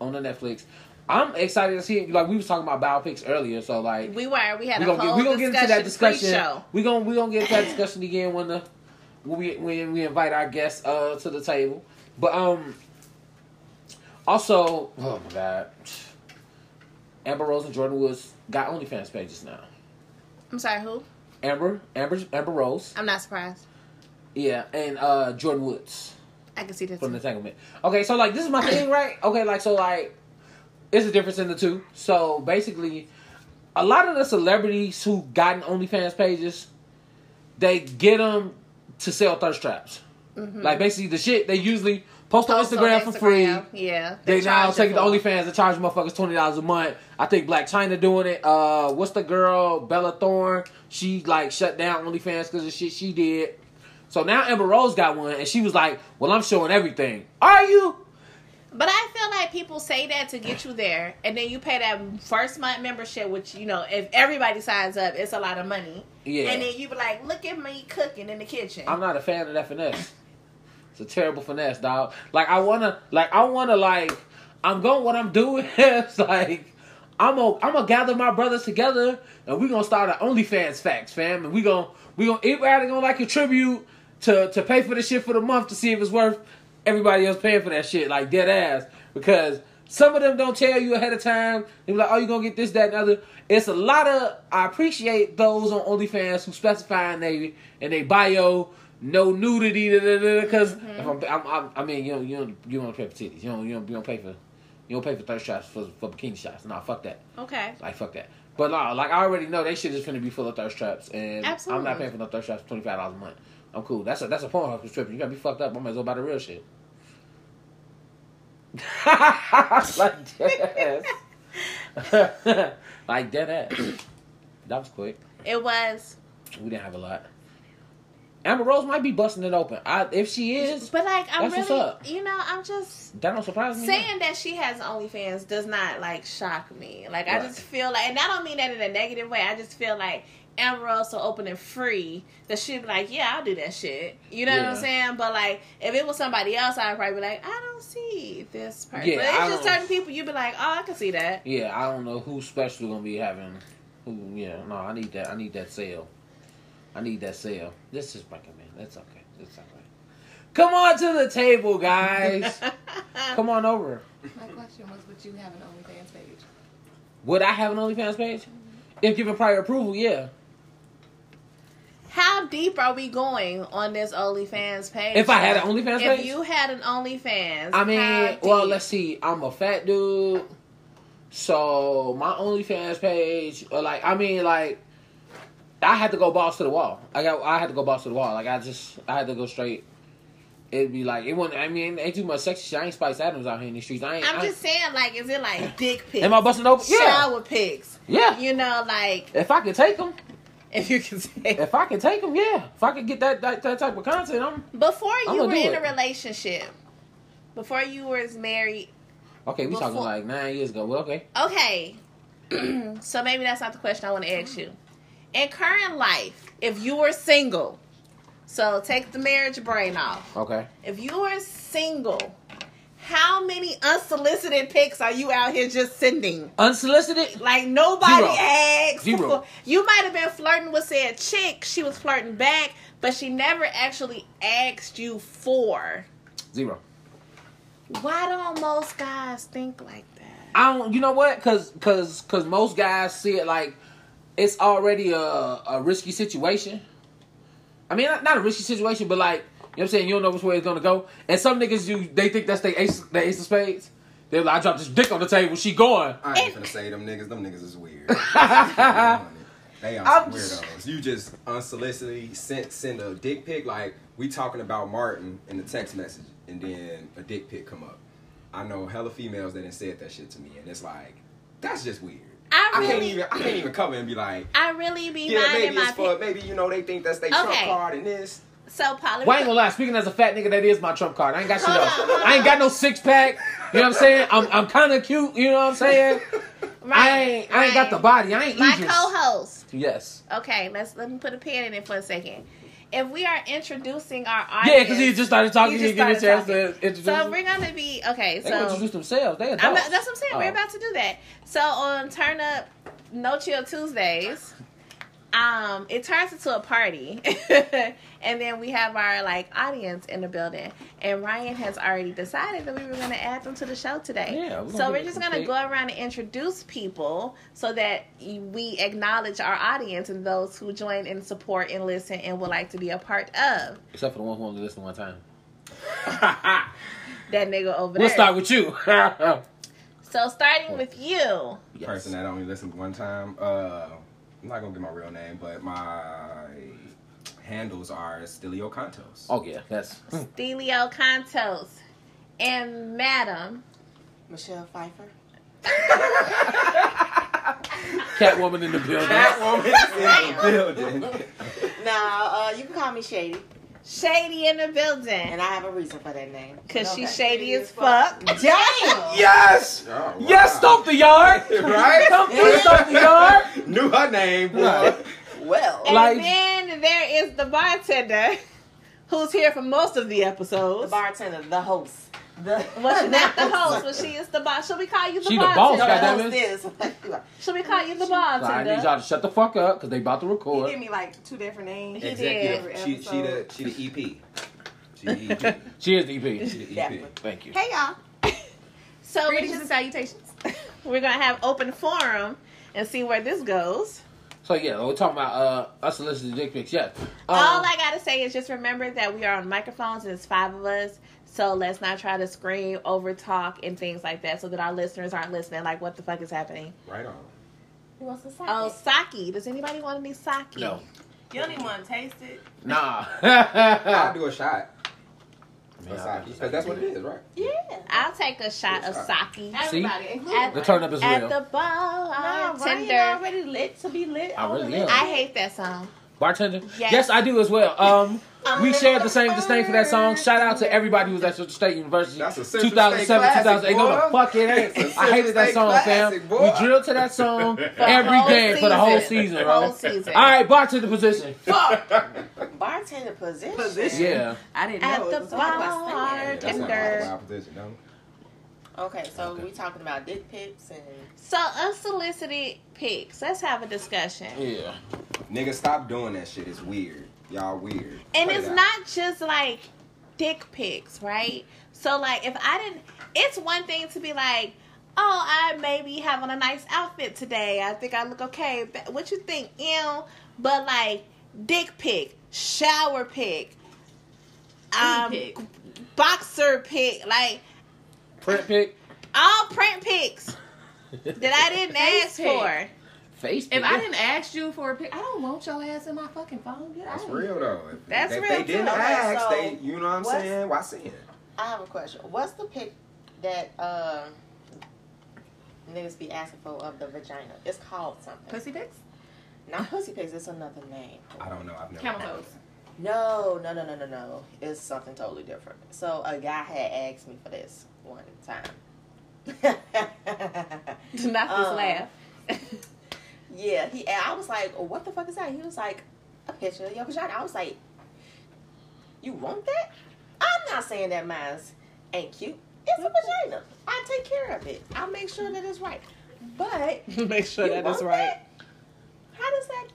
Speaker 3: on the Netflix. I'm excited to see it. Like we was talking about biopics earlier, so like
Speaker 2: We were. We had
Speaker 3: we
Speaker 2: a
Speaker 3: gonna
Speaker 2: whole
Speaker 3: get, we gonna get into that discussion.
Speaker 2: pre-show.
Speaker 3: We gonna we gonna get into that discussion again when the when we when we invite our guests uh to the table. But um, also, oh my god, Amber Rose and Jordan Woods got OnlyFans pages now.
Speaker 2: I'm sorry, who?
Speaker 3: Amber, Amber, Amber Rose,
Speaker 2: I'm not surprised.
Speaker 3: yeah, and uh Jordan Woods
Speaker 2: I can see this.
Speaker 3: from the entanglement. Okay, so like this is my thing, right? Okay, like so like it's a difference in the two. So basically, a lot of the celebrities who gotten OnlyFans pages, they get them to sell thirst traps. Like basically the shit they usually post,
Speaker 2: Mm-hmm. Post
Speaker 3: on
Speaker 2: on
Speaker 3: Instagram for free.
Speaker 2: Instagram. Yeah.
Speaker 3: They now
Speaker 2: charge
Speaker 3: taking the
Speaker 2: it for it.
Speaker 3: OnlyFans and charge motherfuckers twenty dollars a month. I think Black China doing it. Uh, what's the girl Bella Thorne? She like shut down OnlyFans because of shit she did. So now Amber Rose got one, and she was like, "Well, I'm showing everything." Are you?
Speaker 2: But I feel like people say that to get you there, and then you pay that first month membership, which you know, if everybody signs up, it's a lot of money.
Speaker 3: Yeah.
Speaker 2: And then you be like, look at me cooking in the kitchen.
Speaker 3: I'm not a fan of that finesse. It's a terrible finesse, dog. Like I wanna, like I wanna, like I'm going. What I'm doing is like I'm gonna, I'm gonna gather my brothers together, and we gonna start an OnlyFans facts, fam, and we gonna, we gonna everybody gonna like contribute to to pay for the shit for the month to see if it's worth everybody else paying for that shit, like dead ass, because. Some of them don't tell you ahead of time. They be like, "Oh, you gonna get this, that, and other." It's a lot of. I appreciate those on OnlyFans who specify in they in they bio no nudity. Because if I'm, I'm, I'm, I mean, you don't, you don't, you don't pay for titties. You don't, you don't, you don't pay for, you don't pay for thirst shots for for bikini shots. Nah, fuck that.
Speaker 2: okay.
Speaker 3: Like fuck that. But nah, like I already know they shit is finna be full of thirst traps, and I'm
Speaker 2: Absolutely.
Speaker 3: not paying for no thirst traps twenty five dollars a month. I'm cool. That's a that's a porn hub subscription. You gotta be fucked up. I might as well buy the real shit. like dead ass. like dead ass. That was quick.
Speaker 2: It was.
Speaker 3: We didn't have a lot. Amber Rose might be busting it open. I, if she is,
Speaker 2: But like, I'm
Speaker 3: That's what's
Speaker 2: really,
Speaker 3: up.
Speaker 2: you know, I'm just
Speaker 3: that don't surprise me.
Speaker 2: saying that she has OnlyFans does not like shock me. Like I
Speaker 3: Right.
Speaker 2: just feel like, and I don't mean that in a negative way. I just feel like Amber Rose so open and free that she'd be like, "Yeah, I'll do that shit." You know what I'm
Speaker 3: Yeah.
Speaker 2: saying? But like, if it was somebody else, I'd probably be like, "I don't see this person."
Speaker 3: Yeah,
Speaker 2: but it's
Speaker 3: I
Speaker 2: just
Speaker 3: don't-
Speaker 2: certain people you'd be like, "Oh, I can see that."
Speaker 3: Yeah, I don't know who's special gonna be having. Who? Yeah, no, I need that. I need that sale. I need that sale. This is fucking man. That's okay. That's okay. Come on to the table, guys. Come on over.
Speaker 4: My question was, would you have an OnlyFans page?
Speaker 3: Would I have an OnlyFans page?
Speaker 2: Mm-hmm.
Speaker 3: If given prior approval, yeah.
Speaker 2: How deep are we going on this OnlyFans page?
Speaker 3: If I had an OnlyFans
Speaker 2: if
Speaker 3: page,
Speaker 2: you had an OnlyFans,
Speaker 3: I mean,
Speaker 2: how
Speaker 3: well,
Speaker 2: deep-
Speaker 3: let's see. I'm a fat dude, so my OnlyFans page, or like, I mean, like, I had to go balls to the wall. I got, I had to go balls to the wall. Like, I just, I had to go straight. It'd be like, it wouldn't. I mean, ain't too much sexy shit. I ain't Spice Adams out here in these streets. I ain't.
Speaker 2: I'm
Speaker 3: I-
Speaker 2: just saying, like, is it like dick pics?
Speaker 3: Am I busting open? Yeah,
Speaker 2: Shower pics.
Speaker 3: yeah.
Speaker 2: You know, like
Speaker 3: If I could take them,
Speaker 2: if you can say
Speaker 3: if I could take them, yeah. If I could get that that, that type of content, I'm
Speaker 2: before
Speaker 3: I'm
Speaker 2: you
Speaker 3: gonna
Speaker 2: were
Speaker 3: do
Speaker 2: in a
Speaker 3: it.
Speaker 2: relationship, before you was married.
Speaker 3: okay. We talking
Speaker 2: Before-
Speaker 3: like nine years ago. Well, okay.
Speaker 2: Okay, so maybe that's not the question I want to ask you. In current life, if you were single, so take the marriage brain off.
Speaker 3: Okay.
Speaker 2: If you are single, how many unsolicited pics are you out here just sending?
Speaker 3: Unsolicited.
Speaker 2: Like nobody
Speaker 3: Zero.
Speaker 2: asked.
Speaker 3: Zero.
Speaker 2: You might have been flirting with said chick. She was flirting back, but she never actually asked you for.
Speaker 3: Zero.
Speaker 2: Why don't most guys think like that?
Speaker 3: I don't. You know what? Cause, cause, cause most guys see it like it's already a a risky situation. I mean, not, not a risky situation, but like you know, what I'm saying you don't know which way it's gonna go. And some niggas, you they think that's their ace, their ace of spades. They're like, I dropped this dick on the table. She going.
Speaker 1: I ain't
Speaker 2: And-
Speaker 1: finna say them niggas. Them niggas is weird. they are some
Speaker 3: I'm just-
Speaker 1: weirdos. You just unsolicitedly sent send a dick pic. Like we talking about Martin in the text message, and then a dick pic come up. I know hella females that done said that shit to me, and it's like that's just weird.
Speaker 2: I
Speaker 1: I can't
Speaker 2: really-
Speaker 1: even. I can't even come and be like,
Speaker 2: I really be
Speaker 1: yeah,
Speaker 2: minding
Speaker 1: maybe
Speaker 2: my
Speaker 1: it's for.
Speaker 2: pic-
Speaker 1: Maybe you know they think that's they trump
Speaker 2: Okay.
Speaker 1: card and this.
Speaker 2: so poly.
Speaker 3: Well, I ain't gonna lie. Speaking as a fat nigga, that is my trump card. I ain't got shit else. I ain't got no six pack. You know what I'm saying? I'm I'm kind of cute. You know what I'm saying? I ain't I ain't got the body. I ain't
Speaker 2: My
Speaker 3: Idris.
Speaker 2: co-host.
Speaker 3: Yes.
Speaker 2: Okay, let's let me put a pin in it for a second. If we are introducing our audience,
Speaker 3: Yeah, because he just started talking.
Speaker 2: You
Speaker 3: He
Speaker 2: just
Speaker 3: didn't give me a chance
Speaker 2: started
Speaker 3: to introduce.
Speaker 2: So we're gonna be okay.
Speaker 3: they gonna introduce
Speaker 2: So
Speaker 3: themselves. They adults.
Speaker 2: I'm not, that's what I'm saying.
Speaker 3: Oh.
Speaker 2: We're about to do that. So on Turn Up No Chill Tuesdays, um, it turns into a party, and then we have our like audience in the building. And Ryan has already decided that we were gonna add them to the show today.
Speaker 3: Yeah, we're gonna
Speaker 2: so
Speaker 3: give
Speaker 2: we're
Speaker 3: it
Speaker 2: just
Speaker 3: a
Speaker 2: gonna
Speaker 3: quick-
Speaker 2: go around and introduce people so that we acknowledge our audience and those who join and support and listen and would like to be a part of
Speaker 3: Except for the one who only listened one time.
Speaker 2: that nigga over
Speaker 3: We'll
Speaker 2: there.
Speaker 3: start with you.
Speaker 2: so starting with you.
Speaker 3: Yes.
Speaker 1: person that only listened one time. Uh, I'm not gonna give my real name, but my handles are Stilio Contos.
Speaker 3: oh yeah, that's
Speaker 2: Delio Contos and Madam.
Speaker 4: Michelle Pfeiffer.
Speaker 3: Catwoman in the building.
Speaker 1: That woman is in the building.
Speaker 9: Now, uh, you can call me Shady,
Speaker 2: Shady in the building.
Speaker 9: and I have a reason for that name.
Speaker 2: Cause she's
Speaker 4: Okay.
Speaker 2: shady as fuck.
Speaker 9: Damn!
Speaker 1: Yes.
Speaker 3: Yes, stomp the yard.
Speaker 1: Right?
Speaker 3: Stomp the stomp the yard.
Speaker 1: Knew her name, boy.
Speaker 3: Right.
Speaker 9: Well,
Speaker 2: And
Speaker 3: Like-
Speaker 2: then there is the bartender who's here for most of the
Speaker 9: the
Speaker 2: episodes.
Speaker 9: bartender, the host, the
Speaker 2: Well, she's not the host, but she is the boss. Should we call you the
Speaker 3: She the boss,
Speaker 9: no, the
Speaker 2: bartender?
Speaker 3: goddamn
Speaker 9: host is.
Speaker 2: Should we call you the
Speaker 3: So I need
Speaker 2: bartender?
Speaker 3: y'all to shut the fuck up because they about to
Speaker 4: He gave
Speaker 3: record.
Speaker 4: me like two different names.
Speaker 2: He
Speaker 1: Executive.
Speaker 2: did.
Speaker 1: She, she the she the EP. She the EP.
Speaker 3: Cheers, DP.
Speaker 1: She the E EP.
Speaker 9: Definitely.
Speaker 3: Thank you.
Speaker 4: Hey y'all.
Speaker 2: So we
Speaker 4: Greetings and
Speaker 2: just,
Speaker 4: salutations.
Speaker 2: we're gonna have open forum and see where this goes.
Speaker 3: So yeah, we're talking about uh unsolicited dick pics. Yes. Um,
Speaker 2: All I gotta say is just remember that we are on microphones and it's five of us. So let's not try to scream, over talk, and things like that so that our listeners aren't listening. Like, what the fuck is happening?
Speaker 1: Right on.
Speaker 9: Who wants to say?
Speaker 2: Oh, sake. Does anybody want any sake?
Speaker 3: no,
Speaker 4: You don't even want to taste it.
Speaker 3: nah.
Speaker 1: I'll do a shot.
Speaker 3: I'll do a shot.
Speaker 1: Because that's what it is, right?
Speaker 2: I'll take a shot of sake.
Speaker 4: Everybody, including
Speaker 3: The turn up is
Speaker 2: At
Speaker 3: real.
Speaker 2: the bar,
Speaker 9: no, Ryan
Speaker 2: tender.
Speaker 9: already lit to be lit.
Speaker 3: I really am.
Speaker 2: I hate that song.
Speaker 3: Bartender?
Speaker 2: Yes.
Speaker 3: Yes. I do as well. Um, we shared the same disdain for that song. Shout out to everybody who was at Central State University.
Speaker 1: That's a Central
Speaker 3: 2007,
Speaker 1: State classic,
Speaker 3: 2008. No, the
Speaker 1: boy.
Speaker 3: fuck it
Speaker 1: It's
Speaker 3: ain't.
Speaker 1: a
Speaker 3: I hated that
Speaker 1: Central
Speaker 3: song,
Speaker 1: State
Speaker 3: fam.
Speaker 1: classic, boy.
Speaker 3: We drilled to that song
Speaker 2: whole
Speaker 3: every game for the whole season,
Speaker 2: The
Speaker 3: bro.
Speaker 2: whole season.
Speaker 3: All right, bartender position.
Speaker 9: Bartender position.
Speaker 4: Position.
Speaker 3: Yeah.
Speaker 4: I didn't
Speaker 2: At
Speaker 4: know it
Speaker 2: the
Speaker 4: was
Speaker 9: bar.
Speaker 2: bar,
Speaker 1: that's not my
Speaker 2: tender.
Speaker 1: wild position, no.
Speaker 9: Okay, so we talking about dick pics and
Speaker 2: So unsolicited pics. Let's have a discussion.
Speaker 3: Yeah.
Speaker 1: Nigga, stop doing that shit. It's weird. Y'all weird.
Speaker 2: And
Speaker 1: Cut
Speaker 2: it's
Speaker 1: it out.
Speaker 2: not just like dick pics, right? So like if I didn't it's one thing to be like, "Oh, I maybe have on a nice outfit today. I think I look okay." But What you think, ill? But like dick pic, shower pic, um
Speaker 4: pic.
Speaker 2: boxer pic, like
Speaker 3: Print pic,
Speaker 2: all print pics that I didn't ask
Speaker 4: pic.
Speaker 2: for.
Speaker 3: face pic.
Speaker 4: If I didn't ask you for a pic, I don't want your ass in my fucking phone. Get
Speaker 1: That's
Speaker 4: out.
Speaker 1: real though. If,
Speaker 2: That's
Speaker 1: if
Speaker 2: real,
Speaker 1: they
Speaker 2: too.
Speaker 1: didn't
Speaker 2: Okay,
Speaker 1: ask,
Speaker 9: so
Speaker 1: they you know what I'm
Speaker 9: what's-
Speaker 1: saying? Why sin?
Speaker 9: I have a question. What's the pic that uh, niggas be asking for of the vagina? It's called something.
Speaker 4: Pussy pics?
Speaker 9: Not pussy pics. It's another name.
Speaker 1: I don't know. I've never.
Speaker 4: Camel toes.
Speaker 9: No, no, no, no, no, no. It's something totally different. So a guy had asked me for this one time.
Speaker 2: Not this
Speaker 9: Um,
Speaker 2: laugh.
Speaker 9: Yeah, he. And I was like, "Oh, "What the fuck is that?" He was like, "A picture of your vagina." I was like, "You want that?" I'm not saying that mine's ain't cute. It's a vagina. I take care of it. I make sure that it's right. But
Speaker 2: Make sure
Speaker 9: you
Speaker 2: that is
Speaker 9: want
Speaker 2: right.
Speaker 9: that? How does that?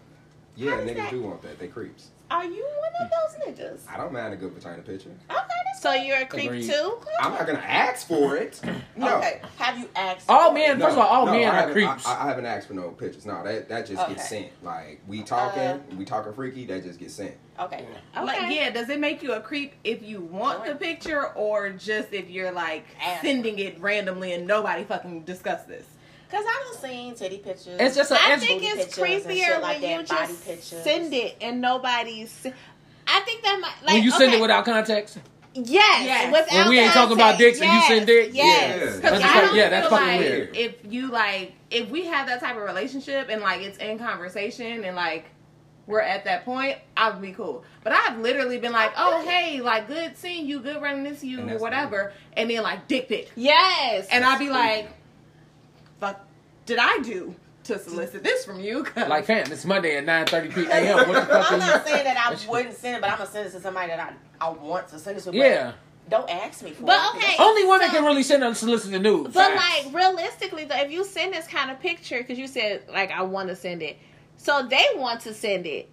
Speaker 1: Yeah,
Speaker 9: How does
Speaker 1: niggas
Speaker 9: that-
Speaker 1: do want that. They creeps.
Speaker 9: Are you one of those niggas?
Speaker 1: I don't mind a good vagina picture.
Speaker 9: Okay, that's
Speaker 2: So you're a creep
Speaker 3: Agreed.
Speaker 2: too?
Speaker 1: I'm not gonna ask for it. No.
Speaker 9: okay. Have you asked?
Speaker 3: all
Speaker 9: for
Speaker 3: men,
Speaker 1: No,
Speaker 3: first of all, all
Speaker 1: no,
Speaker 3: men
Speaker 1: I
Speaker 3: are
Speaker 1: haven't-
Speaker 3: creeps.
Speaker 1: I, I haven't asked for no pictures. No, that that just gets
Speaker 9: Okay.
Speaker 1: sent. Like we talking, we talking freaky. That just gets sent.
Speaker 9: it? Okay.
Speaker 4: Like, yeah, does it make you a creep if you want the picture or just if you're like
Speaker 9: Ask.
Speaker 4: sending it randomly and nobody fucking discusses?
Speaker 9: Because I done seen titty pictures.
Speaker 3: it's just a
Speaker 2: I
Speaker 3: it's,
Speaker 2: think
Speaker 9: booty
Speaker 2: it's
Speaker 9: pictures and shit
Speaker 2: creepier
Speaker 9: like
Speaker 2: when
Speaker 9: that,
Speaker 2: you
Speaker 9: body
Speaker 2: just
Speaker 9: pictures.
Speaker 2: send it and nobody's. I think that might like
Speaker 3: when you send
Speaker 2: okay,
Speaker 3: it without context.
Speaker 2: Yes,
Speaker 4: Yes.
Speaker 2: without
Speaker 3: When we ain't talking about
Speaker 2: context,
Speaker 3: dicks and you
Speaker 2: yes,
Speaker 3: send dick?
Speaker 2: Yes,
Speaker 1: Yeah.
Speaker 4: Because
Speaker 3: That's
Speaker 4: I
Speaker 3: fucking-
Speaker 4: don't
Speaker 3: yeah, that's
Speaker 4: feel
Speaker 3: fucking
Speaker 4: like
Speaker 1: weird.
Speaker 4: if you like if we have that type of relationship and like it's in conversation and like we're at that point, I would be cool. But I've literally been like, oh hey, like good seeing you, good running into you,
Speaker 1: And
Speaker 4: or
Speaker 1: that's
Speaker 4: whatever, and then like dick pic,
Speaker 2: yes.
Speaker 4: and I'd be like, fuck, did I do to solicit this from you? 'Cause-
Speaker 3: Like, fam, it's Monday at 9.30 p.m. What the fuck
Speaker 9: I'm
Speaker 3: is
Speaker 9: not saying that I wouldn't send it, but I'm gonna send it to somebody that I, I want to send it to. but
Speaker 3: Yeah.
Speaker 9: Don't ask me for
Speaker 2: But
Speaker 9: it.
Speaker 2: okay,
Speaker 3: Only women
Speaker 2: so-
Speaker 3: can really send unsolicited nudes.
Speaker 2: But
Speaker 3: Facts.
Speaker 2: like realistically, though, if you send this kind of picture, because you said like I want to send it, so they want to send it,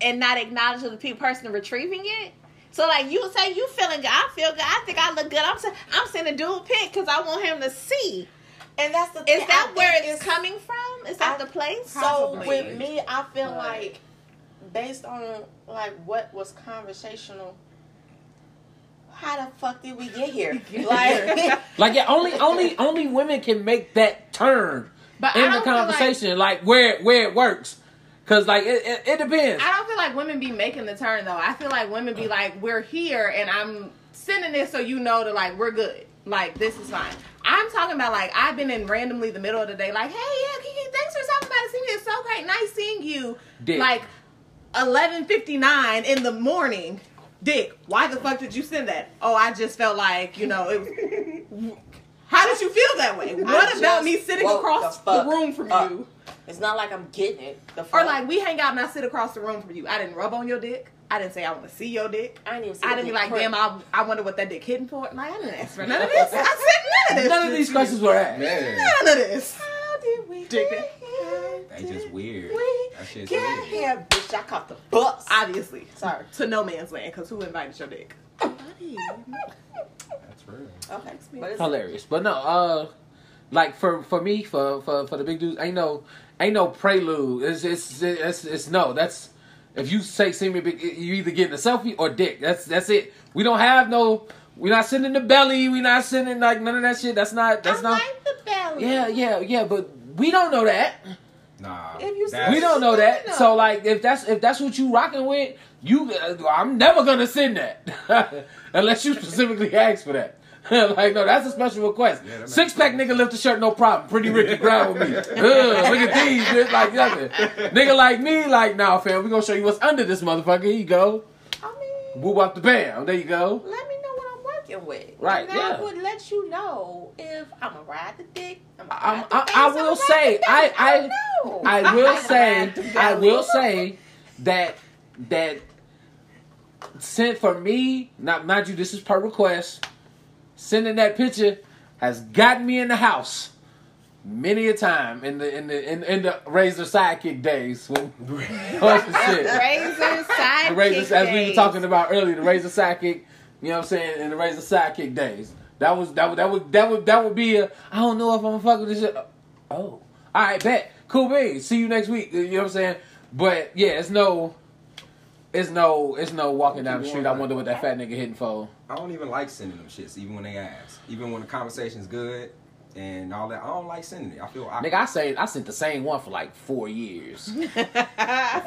Speaker 2: and not acknowledge the pe- person retrieving it. So like you say you feeling good, I feel good, I think I look good. I'm sen- I'm sending dude pic because I want him to see.
Speaker 9: And that's the thing.
Speaker 2: Is that
Speaker 9: I
Speaker 2: where
Speaker 9: think
Speaker 2: it's coming from? Is that
Speaker 9: I-
Speaker 2: the place?
Speaker 9: So
Speaker 4: Possibly.
Speaker 9: with me, I feel
Speaker 4: But-
Speaker 9: like based on like what was conversational. How the fuck did we get here? Like,
Speaker 3: Like yeah, only only only women can make that turn
Speaker 4: but I
Speaker 3: in the
Speaker 4: don't feel like-
Speaker 3: conversation, like, where where it works, because like it, it, it depends.
Speaker 4: I don't feel like women be making the turn though. I feel like women
Speaker 9: Uh.
Speaker 4: be like, we're here and I'm sending this so you know that like we're good. Like this is fine. I'm talking about like I've been in randomly the middle of the day, like, hey yeah, Kiki, thanks for stopping by to see me. It's so great, nice seeing you.
Speaker 3: Dick.
Speaker 4: Like eleven fifty nine in the morning. Dick, why the fuck did you send that? Oh, I just felt like, you know, it How did you feel that way? What about
Speaker 9: just
Speaker 4: me sitting
Speaker 9: woke
Speaker 4: across
Speaker 9: the
Speaker 4: the,
Speaker 9: fuck
Speaker 4: room from
Speaker 9: up.
Speaker 4: you?
Speaker 9: it's not like I'm getting it. The
Speaker 4: Or
Speaker 9: fuck?
Speaker 4: like we hang out and I sit across the room from you. I didn't rub on your dick. I didn't say I want to see your dick.
Speaker 9: I didn't even. see
Speaker 4: I
Speaker 9: the
Speaker 4: didn't be
Speaker 9: big
Speaker 4: like,
Speaker 9: prick.
Speaker 4: damn, I, I wonder what that dick hidden for. Like, I didn't ask for none of this. I said none of this.
Speaker 3: None of these questions were asked.
Speaker 1: Man,
Speaker 4: None of this.
Speaker 9: How did we
Speaker 4: Dick.
Speaker 9: get here?
Speaker 1: that's just weird.
Speaker 9: We
Speaker 1: That shit's
Speaker 9: get
Speaker 1: weird.
Speaker 9: here, bitch. I caught the bus.
Speaker 4: Obviously.
Speaker 9: Sorry.
Speaker 4: To no man's land, because who invited your dick?
Speaker 1: That's real.
Speaker 9: Okay. But it's,
Speaker 3: Hilarious, but no, uh, like for for me, for for for the big dudes, ain't no ain't no prelude. It's it's it's, it's no. That's if you say send me a big, you either getting a selfie or dick. That's that's it. We don't have no. We're not sending the belly. We're not sending like none of that shit. That's not. That's
Speaker 9: I
Speaker 3: not.
Speaker 9: like the belly.
Speaker 3: Yeah, yeah, yeah, but we don't know that.
Speaker 1: Nah.
Speaker 9: If you
Speaker 1: that's-
Speaker 3: We don't know that.
Speaker 9: No.
Speaker 3: So like, if that's if that's what you rocking with, you uh, I'm never gonna send that unless you specifically ask for that. like, no, that's a special request.
Speaker 1: Yeah, that makes
Speaker 3: Six pack nigga lift the shirt, no problem. Pretty Ricky ground with me. Ugh, look at these, bitch, like nothing. Nigga like me, like nah, fam. We gonna show you what's under this motherfucker. Here you go.
Speaker 9: I mean,
Speaker 3: Whoop up the bam. There you go.
Speaker 9: let me know what I'm working with.
Speaker 3: Right,
Speaker 9: And
Speaker 3: yeah.
Speaker 9: I would let you know if I'm gonna ride the dick. I'm gonna
Speaker 3: I'm-
Speaker 9: ride the
Speaker 3: I-
Speaker 9: face,
Speaker 3: I
Speaker 9: I'ma
Speaker 3: will
Speaker 9: ride the
Speaker 3: say,
Speaker 9: dick.
Speaker 3: I- I-
Speaker 9: don't know.
Speaker 3: I will say, I will say that that sent for me. Not mind you, this is per request. Sending that picture has gotten me in the house. many a time in the in the in, in the Razor sidekick days when bunch of shit.
Speaker 2: Razor
Speaker 3: The
Speaker 2: sidekick
Speaker 3: Razor, as we were
Speaker 2: days.
Speaker 3: talking about earlier, the Razor sidekick. You know what I'm saying? In the Razor sidekick days, that was that would that would that would that would be a. I don't know if I'm fucking this shit. Oh, all right, bet. Cool beans. See you next week. You know what I'm saying? But yeah, it's no, it's no, it's no walking down the street. I wonder what that fat nigga hitting for.
Speaker 1: I don't even like sending them shits, even when they ask, even when the conversation's good and all that. I don't like sending it. I feel awkward.
Speaker 3: Nigga, I say I sent the same one for like four years.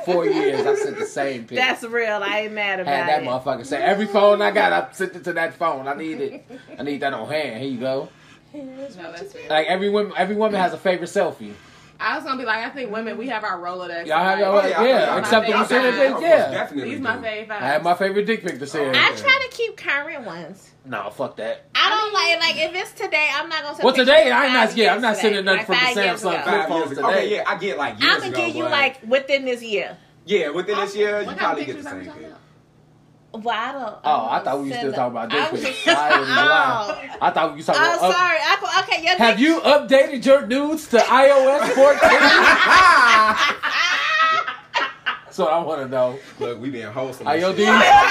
Speaker 3: four years, I sent the same picture.
Speaker 2: That's real. I ain't mad about
Speaker 3: Had that
Speaker 2: it.
Speaker 3: motherfucker say every phone I got, I sent it to that phone. I need it. I need that on hand. Here you go.
Speaker 4: No, that's real.
Speaker 3: Like every woman, every woman has a favorite selfie.
Speaker 4: I was gonna be like, I think women we have our Rolodex.
Speaker 3: Y'all have
Speaker 1: Oh,
Speaker 3: y'all,
Speaker 4: Like,
Speaker 3: yeah. except when you
Speaker 4: send
Speaker 3: said
Speaker 4: it,
Speaker 3: it, yeah.
Speaker 1: definitely.
Speaker 4: These
Speaker 1: do.
Speaker 4: my fave
Speaker 3: I had my favorite dick pic to send.
Speaker 2: I try to keep current ones.
Speaker 3: No, fuck that.
Speaker 2: I don't like like if it's today. I'm not gonna. send
Speaker 3: Well,
Speaker 2: a picture
Speaker 3: today
Speaker 2: from
Speaker 3: I'm
Speaker 2: five
Speaker 3: not. Yeah, I'm
Speaker 2: years
Speaker 3: not
Speaker 2: today,
Speaker 3: sending nothing
Speaker 2: like
Speaker 3: from
Speaker 2: five
Speaker 3: the
Speaker 2: years
Speaker 3: Samsung
Speaker 2: ago.
Speaker 3: flip
Speaker 1: Five
Speaker 3: phones
Speaker 1: years
Speaker 3: today.
Speaker 1: ago. Okay, yeah, I get like years
Speaker 2: I'm gonna
Speaker 1: ago,
Speaker 2: give you
Speaker 1: but-
Speaker 2: like within this year.
Speaker 1: yeah, within this year, you
Speaker 4: What kind
Speaker 1: probably
Speaker 4: of
Speaker 1: get the
Speaker 4: pictures are
Speaker 1: same
Speaker 4: we
Speaker 1: thing.
Speaker 4: talking about?
Speaker 2: Well, I don't.
Speaker 3: Oh, I thought we were still talking about dick
Speaker 2: I'm
Speaker 3: pics.
Speaker 2: just-
Speaker 3: I ain't gonna lie. I thought we was talking
Speaker 2: I'm
Speaker 3: about. up-
Speaker 2: sorry. I, okay, your
Speaker 3: Have
Speaker 2: dick-
Speaker 3: you updated your nudes to iOS 14? So I want to know.
Speaker 1: Look, we been wholesome.
Speaker 3: Are
Speaker 1: and
Speaker 3: your
Speaker 1: shit.
Speaker 3: dudes?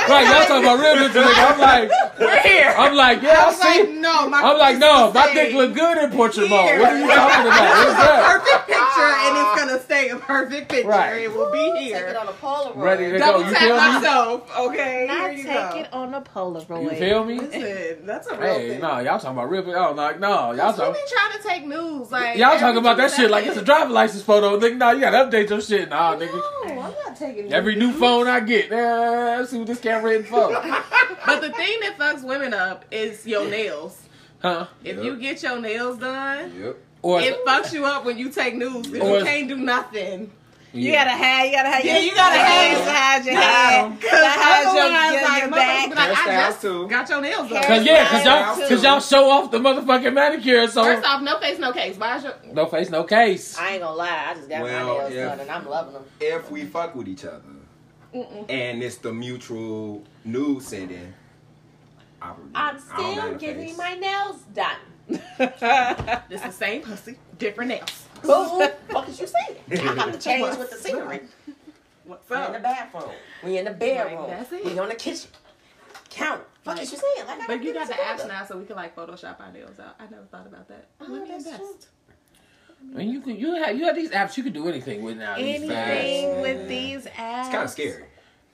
Speaker 3: Right, y'all talking about real dudes. Nigga. I'm like,
Speaker 2: We're here.
Speaker 3: I'm like, yeah, I
Speaker 4: I was
Speaker 3: see.
Speaker 4: like, no, my
Speaker 3: I'm like, no, my dick look good in portrait mode. What are you talking about? What's that?
Speaker 4: perfect picture, and it's gonna stay a perfect picture.
Speaker 3: Right.
Speaker 4: It will be
Speaker 9: Take it
Speaker 4: here.
Speaker 9: on a Polaroid.
Speaker 3: Ready to go?
Speaker 4: Double
Speaker 3: You
Speaker 4: tap
Speaker 3: feel me?
Speaker 4: myself, okay?
Speaker 2: I
Speaker 4: Here you
Speaker 2: take
Speaker 4: go.
Speaker 2: it on a Polaroid.
Speaker 3: You feel me?
Speaker 4: Listen, that's a real
Speaker 3: Hey,
Speaker 4: thing.
Speaker 3: no, y'all talking about real? Oh, like, no, y'all
Speaker 4: Y'all
Speaker 3: talking.
Speaker 4: be trying to take news, like
Speaker 3: Y'all
Speaker 4: every
Speaker 3: talking about that
Speaker 4: two
Speaker 3: shit like it's a
Speaker 4: seconds.
Speaker 3: driver license photo, nigga. Nah, you gotta update your shit, nah, nigga.
Speaker 9: No, I'm not taking
Speaker 3: Every new phone I get, eh, let's see what this camera hitting for,
Speaker 4: But the thing that fucks women up is your nails.
Speaker 3: huh?
Speaker 4: If
Speaker 1: Yep.
Speaker 4: you get your nails done,
Speaker 1: Yep.
Speaker 3: Or
Speaker 4: it fucks you up when you take news. 'cause
Speaker 3: Or-
Speaker 4: You can't do nothing.
Speaker 2: You gotta hide. You gotta hide.
Speaker 4: Yeah, you gotta
Speaker 2: hands to hide your head.
Speaker 4: Cause
Speaker 2: hide your,
Speaker 4: otherwise,
Speaker 2: your,
Speaker 4: like,
Speaker 2: your
Speaker 4: motherfuckers
Speaker 2: back.
Speaker 4: be like, I
Speaker 1: Hairstyles
Speaker 4: just
Speaker 1: too.
Speaker 4: got your nails done.
Speaker 3: Cause yeah, cause y'all,
Speaker 1: Hairstyle
Speaker 3: cause y'all show off the motherfucking manicure. So
Speaker 4: First off, no face, no case. Why is your
Speaker 3: no face, no case.
Speaker 9: I ain't gonna lie, I just got my
Speaker 1: Well,
Speaker 9: nails
Speaker 1: yeah.
Speaker 9: done and I'm loving them.
Speaker 1: If we fuck with each other, and it's the mutual nude sending, I, I
Speaker 9: I'm
Speaker 1: don't mind
Speaker 9: still
Speaker 1: the
Speaker 9: getting
Speaker 1: face.
Speaker 9: my nails done.
Speaker 4: It's the same pussy, different nails.
Speaker 9: What the fuck is you saying? I got to change with the scenery.
Speaker 4: What's
Speaker 9: We in the bathroom. We in the bedroom.
Speaker 4: Like, that's it.
Speaker 9: We on the kitchen counter. Fuck is you saying? Like, I
Speaker 4: But you
Speaker 9: gotta get
Speaker 4: got the
Speaker 9: it
Speaker 4: apps
Speaker 9: together.
Speaker 4: now, so we can like Photoshop our nails out. I never thought about that.
Speaker 9: Oh, that's true.
Speaker 3: I mean, you could, you have, you have these apps. You could do anything with now. these days.
Speaker 2: Anything with these apps.
Speaker 1: It's kind of scary.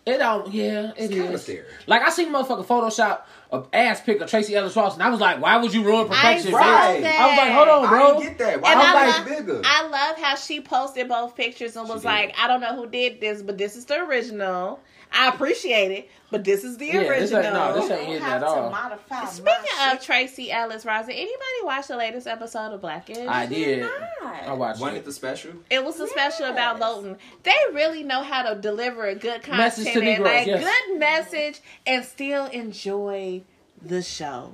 Speaker 3: It don't. Yeah, it
Speaker 1: It's kind of
Speaker 3: is.
Speaker 1: scary.
Speaker 3: Like I seen motherfucking Photoshop a ass pic of Tracy Ellis Ross, and I was like, why would you ruin
Speaker 2: I
Speaker 3: perfection?
Speaker 2: saw
Speaker 3: bitch?
Speaker 1: Right.
Speaker 2: that.
Speaker 3: I was like, hold on,
Speaker 1: I
Speaker 3: bro.
Speaker 1: didn't get that. Why
Speaker 2: And
Speaker 1: was
Speaker 2: I,
Speaker 1: I
Speaker 2: love,
Speaker 1: bigger?
Speaker 2: I love how she posted both pictures and was
Speaker 1: did.
Speaker 2: like, I don't know who did this, but this is the original. I appreciate it, but this is the
Speaker 3: Yeah, this
Speaker 2: original.
Speaker 3: ain't- no, this ain't-
Speaker 9: You
Speaker 3: hitting
Speaker 9: have
Speaker 3: at all.
Speaker 9: to modify my
Speaker 2: Speaking
Speaker 9: shit.
Speaker 2: of Tracy Ellis Ross, did anybody watch the latest episode of Blackish?
Speaker 3: I did. I
Speaker 9: God.
Speaker 3: watched
Speaker 1: Wasn't
Speaker 3: it.
Speaker 1: it the special?
Speaker 2: It was a special about
Speaker 9: Yes.
Speaker 2: voting. They really know how to deliver a good content
Speaker 3: Message to
Speaker 2: and
Speaker 3: Negroes,
Speaker 2: like
Speaker 3: yes.
Speaker 2: good message and still enjoy the show.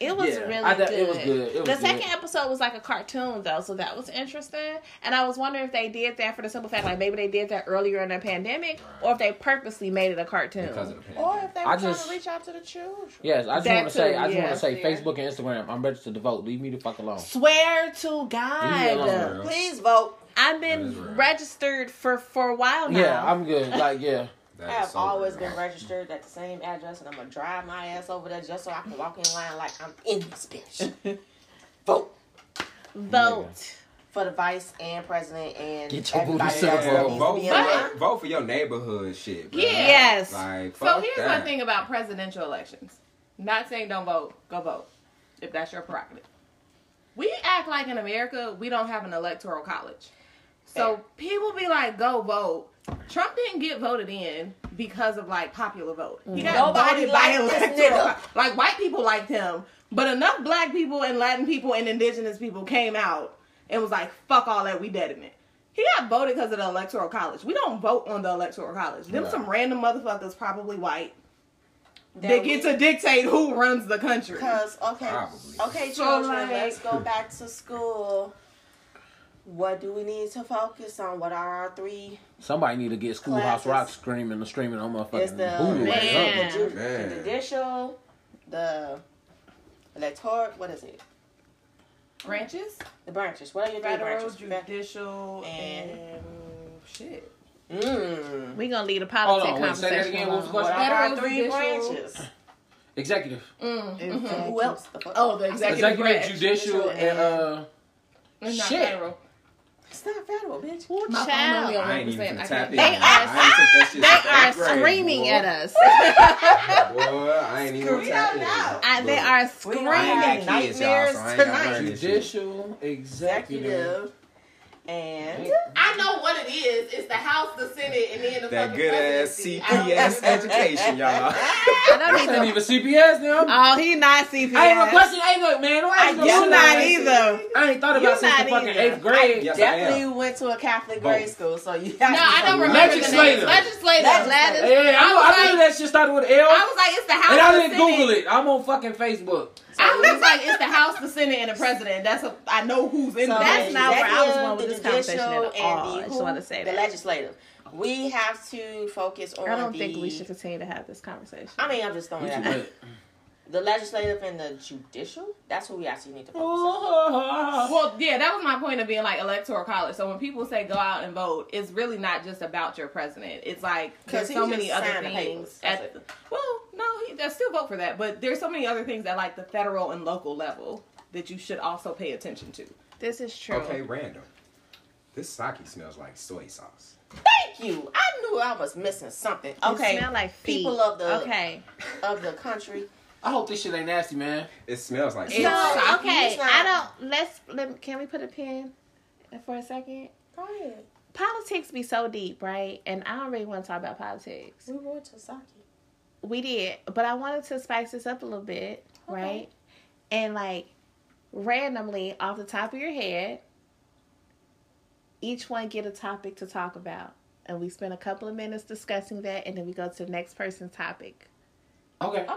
Speaker 2: It was
Speaker 3: Yeah,
Speaker 2: really
Speaker 3: I
Speaker 2: good.
Speaker 3: thought it was good. It was
Speaker 2: the
Speaker 3: good.
Speaker 2: second episode was like a cartoon though, so that was interesting. And I was wondering if they did that for the simple fact like maybe they did that earlier in the pandemic or if they purposely made it a cartoon.
Speaker 1: Because of the pandemic.
Speaker 9: Or if they were
Speaker 3: I
Speaker 9: trying
Speaker 3: just-
Speaker 9: to reach out to the children.
Speaker 3: Yes, I just
Speaker 2: That
Speaker 3: want to say, I
Speaker 2: too,
Speaker 3: just want
Speaker 2: yeah.
Speaker 3: to say, Facebook and Instagram. I'm registered to vote. Leave me the fuck alone.
Speaker 2: Swear to
Speaker 3: Leave me
Speaker 2: God.
Speaker 3: alone,
Speaker 1: girl.
Speaker 9: Please vote.
Speaker 2: I've
Speaker 1: That is real.
Speaker 2: been registered for for a while now.
Speaker 3: Yeah, I'm good. Like, yeah,
Speaker 1: That
Speaker 9: I
Speaker 1: is
Speaker 9: have
Speaker 1: so
Speaker 9: always
Speaker 1: real.
Speaker 9: been registered at the same address, and I'm gonna drive my ass over there just so I can walk in line like I'm in this bitch. Vote
Speaker 2: vote.
Speaker 9: for the vice and president and
Speaker 3: Get your booty
Speaker 9: everybody
Speaker 3: sucked
Speaker 9: else that
Speaker 1: Yeah,
Speaker 3: up.
Speaker 9: needs to
Speaker 1: vote,
Speaker 9: be
Speaker 1: for
Speaker 9: in line.
Speaker 1: your, vote for your neighborhood shit. Bro.
Speaker 4: Yeah.
Speaker 2: Yes.
Speaker 1: Like,
Speaker 4: So
Speaker 1: fuck
Speaker 4: here's
Speaker 1: that.
Speaker 4: my thing about presidential elections. Not saying don't vote, go vote. If that's your prerogative. We act like in America we don't have an electoral college. So people be like, go vote. Trump didn't get voted in because of like popular vote. He got
Speaker 9: Nobody
Speaker 4: voted
Speaker 9: liked
Speaker 4: by
Speaker 9: this
Speaker 4: electoral.
Speaker 9: nigga.
Speaker 4: co- Like white people liked him, but enough black people and Latin people and indigenous people came out and was like, fuck all that, we dead in it. He got voted because of the electoral college. We don't vote on the electoral college. Them some random motherfuckers, probably white, they
Speaker 9: That we-
Speaker 4: get to dictate who runs the country.
Speaker 9: Because okay,
Speaker 1: Probably.
Speaker 9: okay,
Speaker 4: So,
Speaker 9: children,
Speaker 4: like-
Speaker 9: let's go back to school. What do we need to focus on? What are our three?
Speaker 3: somebody need to get Schoolhouse
Speaker 9: Classes.
Speaker 3: Rock screaming and streaming on
Speaker 9: It's
Speaker 3: motherfucking
Speaker 9: the
Speaker 3: Hulu or
Speaker 2: Man.
Speaker 3: something.
Speaker 9: the ju-
Speaker 1: Man.
Speaker 9: the judicial, the electoral. What is it?
Speaker 4: branches,
Speaker 9: The branches. What are your three
Speaker 4: federal,
Speaker 9: branches?
Speaker 4: judicial, and
Speaker 9: and
Speaker 4: shit.
Speaker 9: mm.
Speaker 2: We gonna leave the
Speaker 3: Hold
Speaker 2: politics
Speaker 3: on, wait, say that
Speaker 2: conversation
Speaker 3: again. What was the
Speaker 2: alone.
Speaker 9: What
Speaker 3: question?
Speaker 9: are our three
Speaker 4: Judicial.
Speaker 9: branches?
Speaker 3: Executive.
Speaker 4: Mm, mm-hmm.
Speaker 9: Mhm. Who else? The fuck?
Speaker 4: Oh, the executive,
Speaker 3: Executive,
Speaker 4: branch.
Speaker 3: judicial, and uh,
Speaker 4: It's not
Speaker 3: shit.
Speaker 4: federal.
Speaker 9: It's not federal, bitch.
Speaker 4: My phone
Speaker 2: Child.
Speaker 4: only on
Speaker 1: I ain't even
Speaker 4: 1%. I
Speaker 1: finna
Speaker 4: can't-
Speaker 1: tap in.
Speaker 2: They
Speaker 1: I ain't took
Speaker 2: They are
Speaker 1: that shit since eighth grade,
Speaker 2: screaming
Speaker 1: boy.
Speaker 2: at us.
Speaker 1: Boy, I ain't even
Speaker 9: We
Speaker 1: gonna tap
Speaker 9: don't
Speaker 1: in.
Speaker 9: know.
Speaker 2: I, they
Speaker 1: Look,
Speaker 2: are
Speaker 1: I ain't
Speaker 2: screaming.
Speaker 1: got kids, y'all, so I ain't gotta
Speaker 9: Nightmares
Speaker 1: learn this shit.
Speaker 3: judicial, executive.
Speaker 9: Executive and
Speaker 4: I know what it is. It's the House, the Senate, and then the
Speaker 1: That
Speaker 4: fucking
Speaker 1: good ass
Speaker 4: presidency. I don't-
Speaker 1: CPS education, y'all.
Speaker 2: I don't
Speaker 3: That's
Speaker 2: need
Speaker 3: not
Speaker 2: them.
Speaker 3: even CPS now.
Speaker 2: Oh, he not
Speaker 3: I ain't
Speaker 2: CPS.
Speaker 3: requesting. Hey, look, man, don't
Speaker 9: I
Speaker 3: ask no
Speaker 9: guess
Speaker 2: You
Speaker 3: shit
Speaker 2: not
Speaker 3: like that.
Speaker 2: either.
Speaker 3: I ain't thought
Speaker 2: You
Speaker 3: about since the
Speaker 2: not
Speaker 3: fucking
Speaker 2: either.
Speaker 3: eighth grade.
Speaker 1: Yes, I
Speaker 9: definitely
Speaker 1: am.
Speaker 9: went to a Catholic
Speaker 1: Both.
Speaker 9: grade school, so you
Speaker 4: No, I don't remember.
Speaker 3: Legislator.
Speaker 4: The name. Legislator.
Speaker 9: Legislator.
Speaker 3: Hey, I, know, I knew that shit started with L,
Speaker 4: I was like, it's the House.
Speaker 3: and I
Speaker 4: the
Speaker 3: didn't
Speaker 4: Senate.
Speaker 3: Google it. I'm on fucking Facebook.
Speaker 4: I was like, it's the House, the Senate, and the president. That's a, I know who's in
Speaker 9: So
Speaker 4: there.
Speaker 2: That's
Speaker 9: the
Speaker 2: not where I was
Speaker 9: executive,
Speaker 2: going with
Speaker 9: the
Speaker 2: this conversation at
Speaker 9: judicial,
Speaker 2: all.
Speaker 9: and
Speaker 2: I
Speaker 9: The,
Speaker 2: just wanna say
Speaker 9: the
Speaker 2: that.
Speaker 9: legislative. We have to focus on.
Speaker 2: I don't
Speaker 9: the,
Speaker 2: think we should continue to have this conversation.
Speaker 9: I mean, I'm just throwing
Speaker 3: We
Speaker 9: it
Speaker 3: too
Speaker 9: out.
Speaker 3: late.
Speaker 9: The legislative and the judicial. That's what we actually need to focus on.
Speaker 4: Well, yeah, that was my point of being like electoral college. So when people say go out and vote, it's really not just about your president. It's like
Speaker 9: 'Cause
Speaker 4: there's
Speaker 9: he
Speaker 4: so
Speaker 9: just
Speaker 4: many other
Speaker 9: signed the papers.
Speaker 4: things.
Speaker 9: That's
Speaker 4: At, well, no, he, I still vote for that, but there's so many other things at like the federal and local level that you should also pay attention to.
Speaker 2: this is true.
Speaker 1: Okay, random. This sake smells like soy sauce.
Speaker 9: Thank you. I knew I was missing something. Okay.
Speaker 2: It smell like feet.
Speaker 9: people of the-
Speaker 2: okay.
Speaker 9: of the country.
Speaker 3: I hope this shit ain't nasty, man.
Speaker 1: It smells like
Speaker 2: So
Speaker 1: soy
Speaker 2: okay,
Speaker 1: sauce.
Speaker 2: I don't. Let's. Let, can we put a pin for a second?
Speaker 9: Go ahead.
Speaker 2: Politics be so deep, right? And I don't really want to talk about politics.
Speaker 9: We went to Saki.
Speaker 2: We did, but I wanted to spice this up a little bit, right? And like randomly off the top of your head, each one get a topic to talk about, and we spend a couple of minutes discussing that, and then we go to the next person's topic.
Speaker 3: Okay.
Speaker 4: Okay.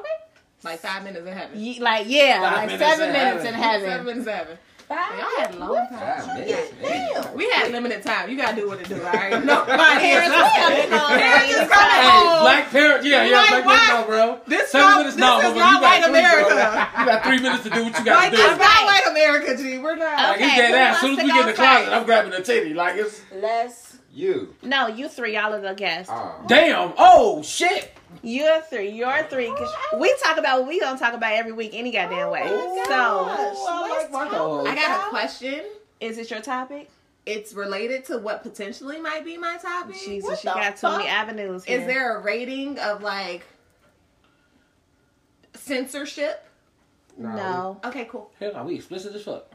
Speaker 4: Like five minutes in heaven.
Speaker 2: Ye- like yeah,
Speaker 3: Five
Speaker 2: like
Speaker 3: minutes
Speaker 2: seven
Speaker 3: in
Speaker 2: minutes in
Speaker 3: heaven.
Speaker 2: heaven.
Speaker 4: Seven minutes in heaven.
Speaker 9: Bye.
Speaker 4: Y'all had a long time.
Speaker 1: Five minutes, man.
Speaker 4: We had limited time. You gotta do what it do, all right? No, my
Speaker 2: Parents was coming home.
Speaker 4: Parents is
Speaker 2: Parents
Speaker 4: coming
Speaker 3: Hey,
Speaker 4: home.
Speaker 3: black parent, yeah, yeah,
Speaker 4: Like,
Speaker 3: black
Speaker 4: why?
Speaker 3: parent, bro.
Speaker 4: This,
Speaker 3: Seven
Speaker 4: not,
Speaker 3: minutes,
Speaker 4: this
Speaker 3: no,
Speaker 4: is
Speaker 3: but you got
Speaker 4: not white
Speaker 3: three, bro.
Speaker 4: America.
Speaker 3: You got three minutes to do what you
Speaker 4: Like,
Speaker 3: got to
Speaker 4: this
Speaker 3: do.
Speaker 4: is not white America, G. We're not.
Speaker 3: Like it's
Speaker 2: Okay,
Speaker 3: dead
Speaker 2: who
Speaker 3: ass.
Speaker 2: wants
Speaker 3: As soon as
Speaker 2: to
Speaker 3: we get in the
Speaker 2: go
Speaker 3: closet,
Speaker 2: first?
Speaker 3: I'm grabbing the titty. Like it's
Speaker 9: Let's
Speaker 1: You.
Speaker 2: No, you three, y'all are the guests.
Speaker 1: Oh.
Speaker 3: damn. Oh shit.
Speaker 2: You're three, you're
Speaker 4: Oh,
Speaker 2: three. 'cause we talk about what we don't talk about every week, any goddamn way.
Speaker 4: Oh,
Speaker 2: so,
Speaker 9: gosh.
Speaker 3: I like my
Speaker 4: I
Speaker 3: dog.
Speaker 4: got a question.
Speaker 2: is it your topic?
Speaker 4: It's related to what potentially might be my topic.
Speaker 2: Jesus,
Speaker 9: what
Speaker 2: you
Speaker 9: the
Speaker 2: got too many
Speaker 9: fuck?
Speaker 2: avenues. Here.
Speaker 4: Is there a rating of like censorship?
Speaker 2: no?
Speaker 4: Okay, cool.
Speaker 3: Hell, no, we explicit as fuck.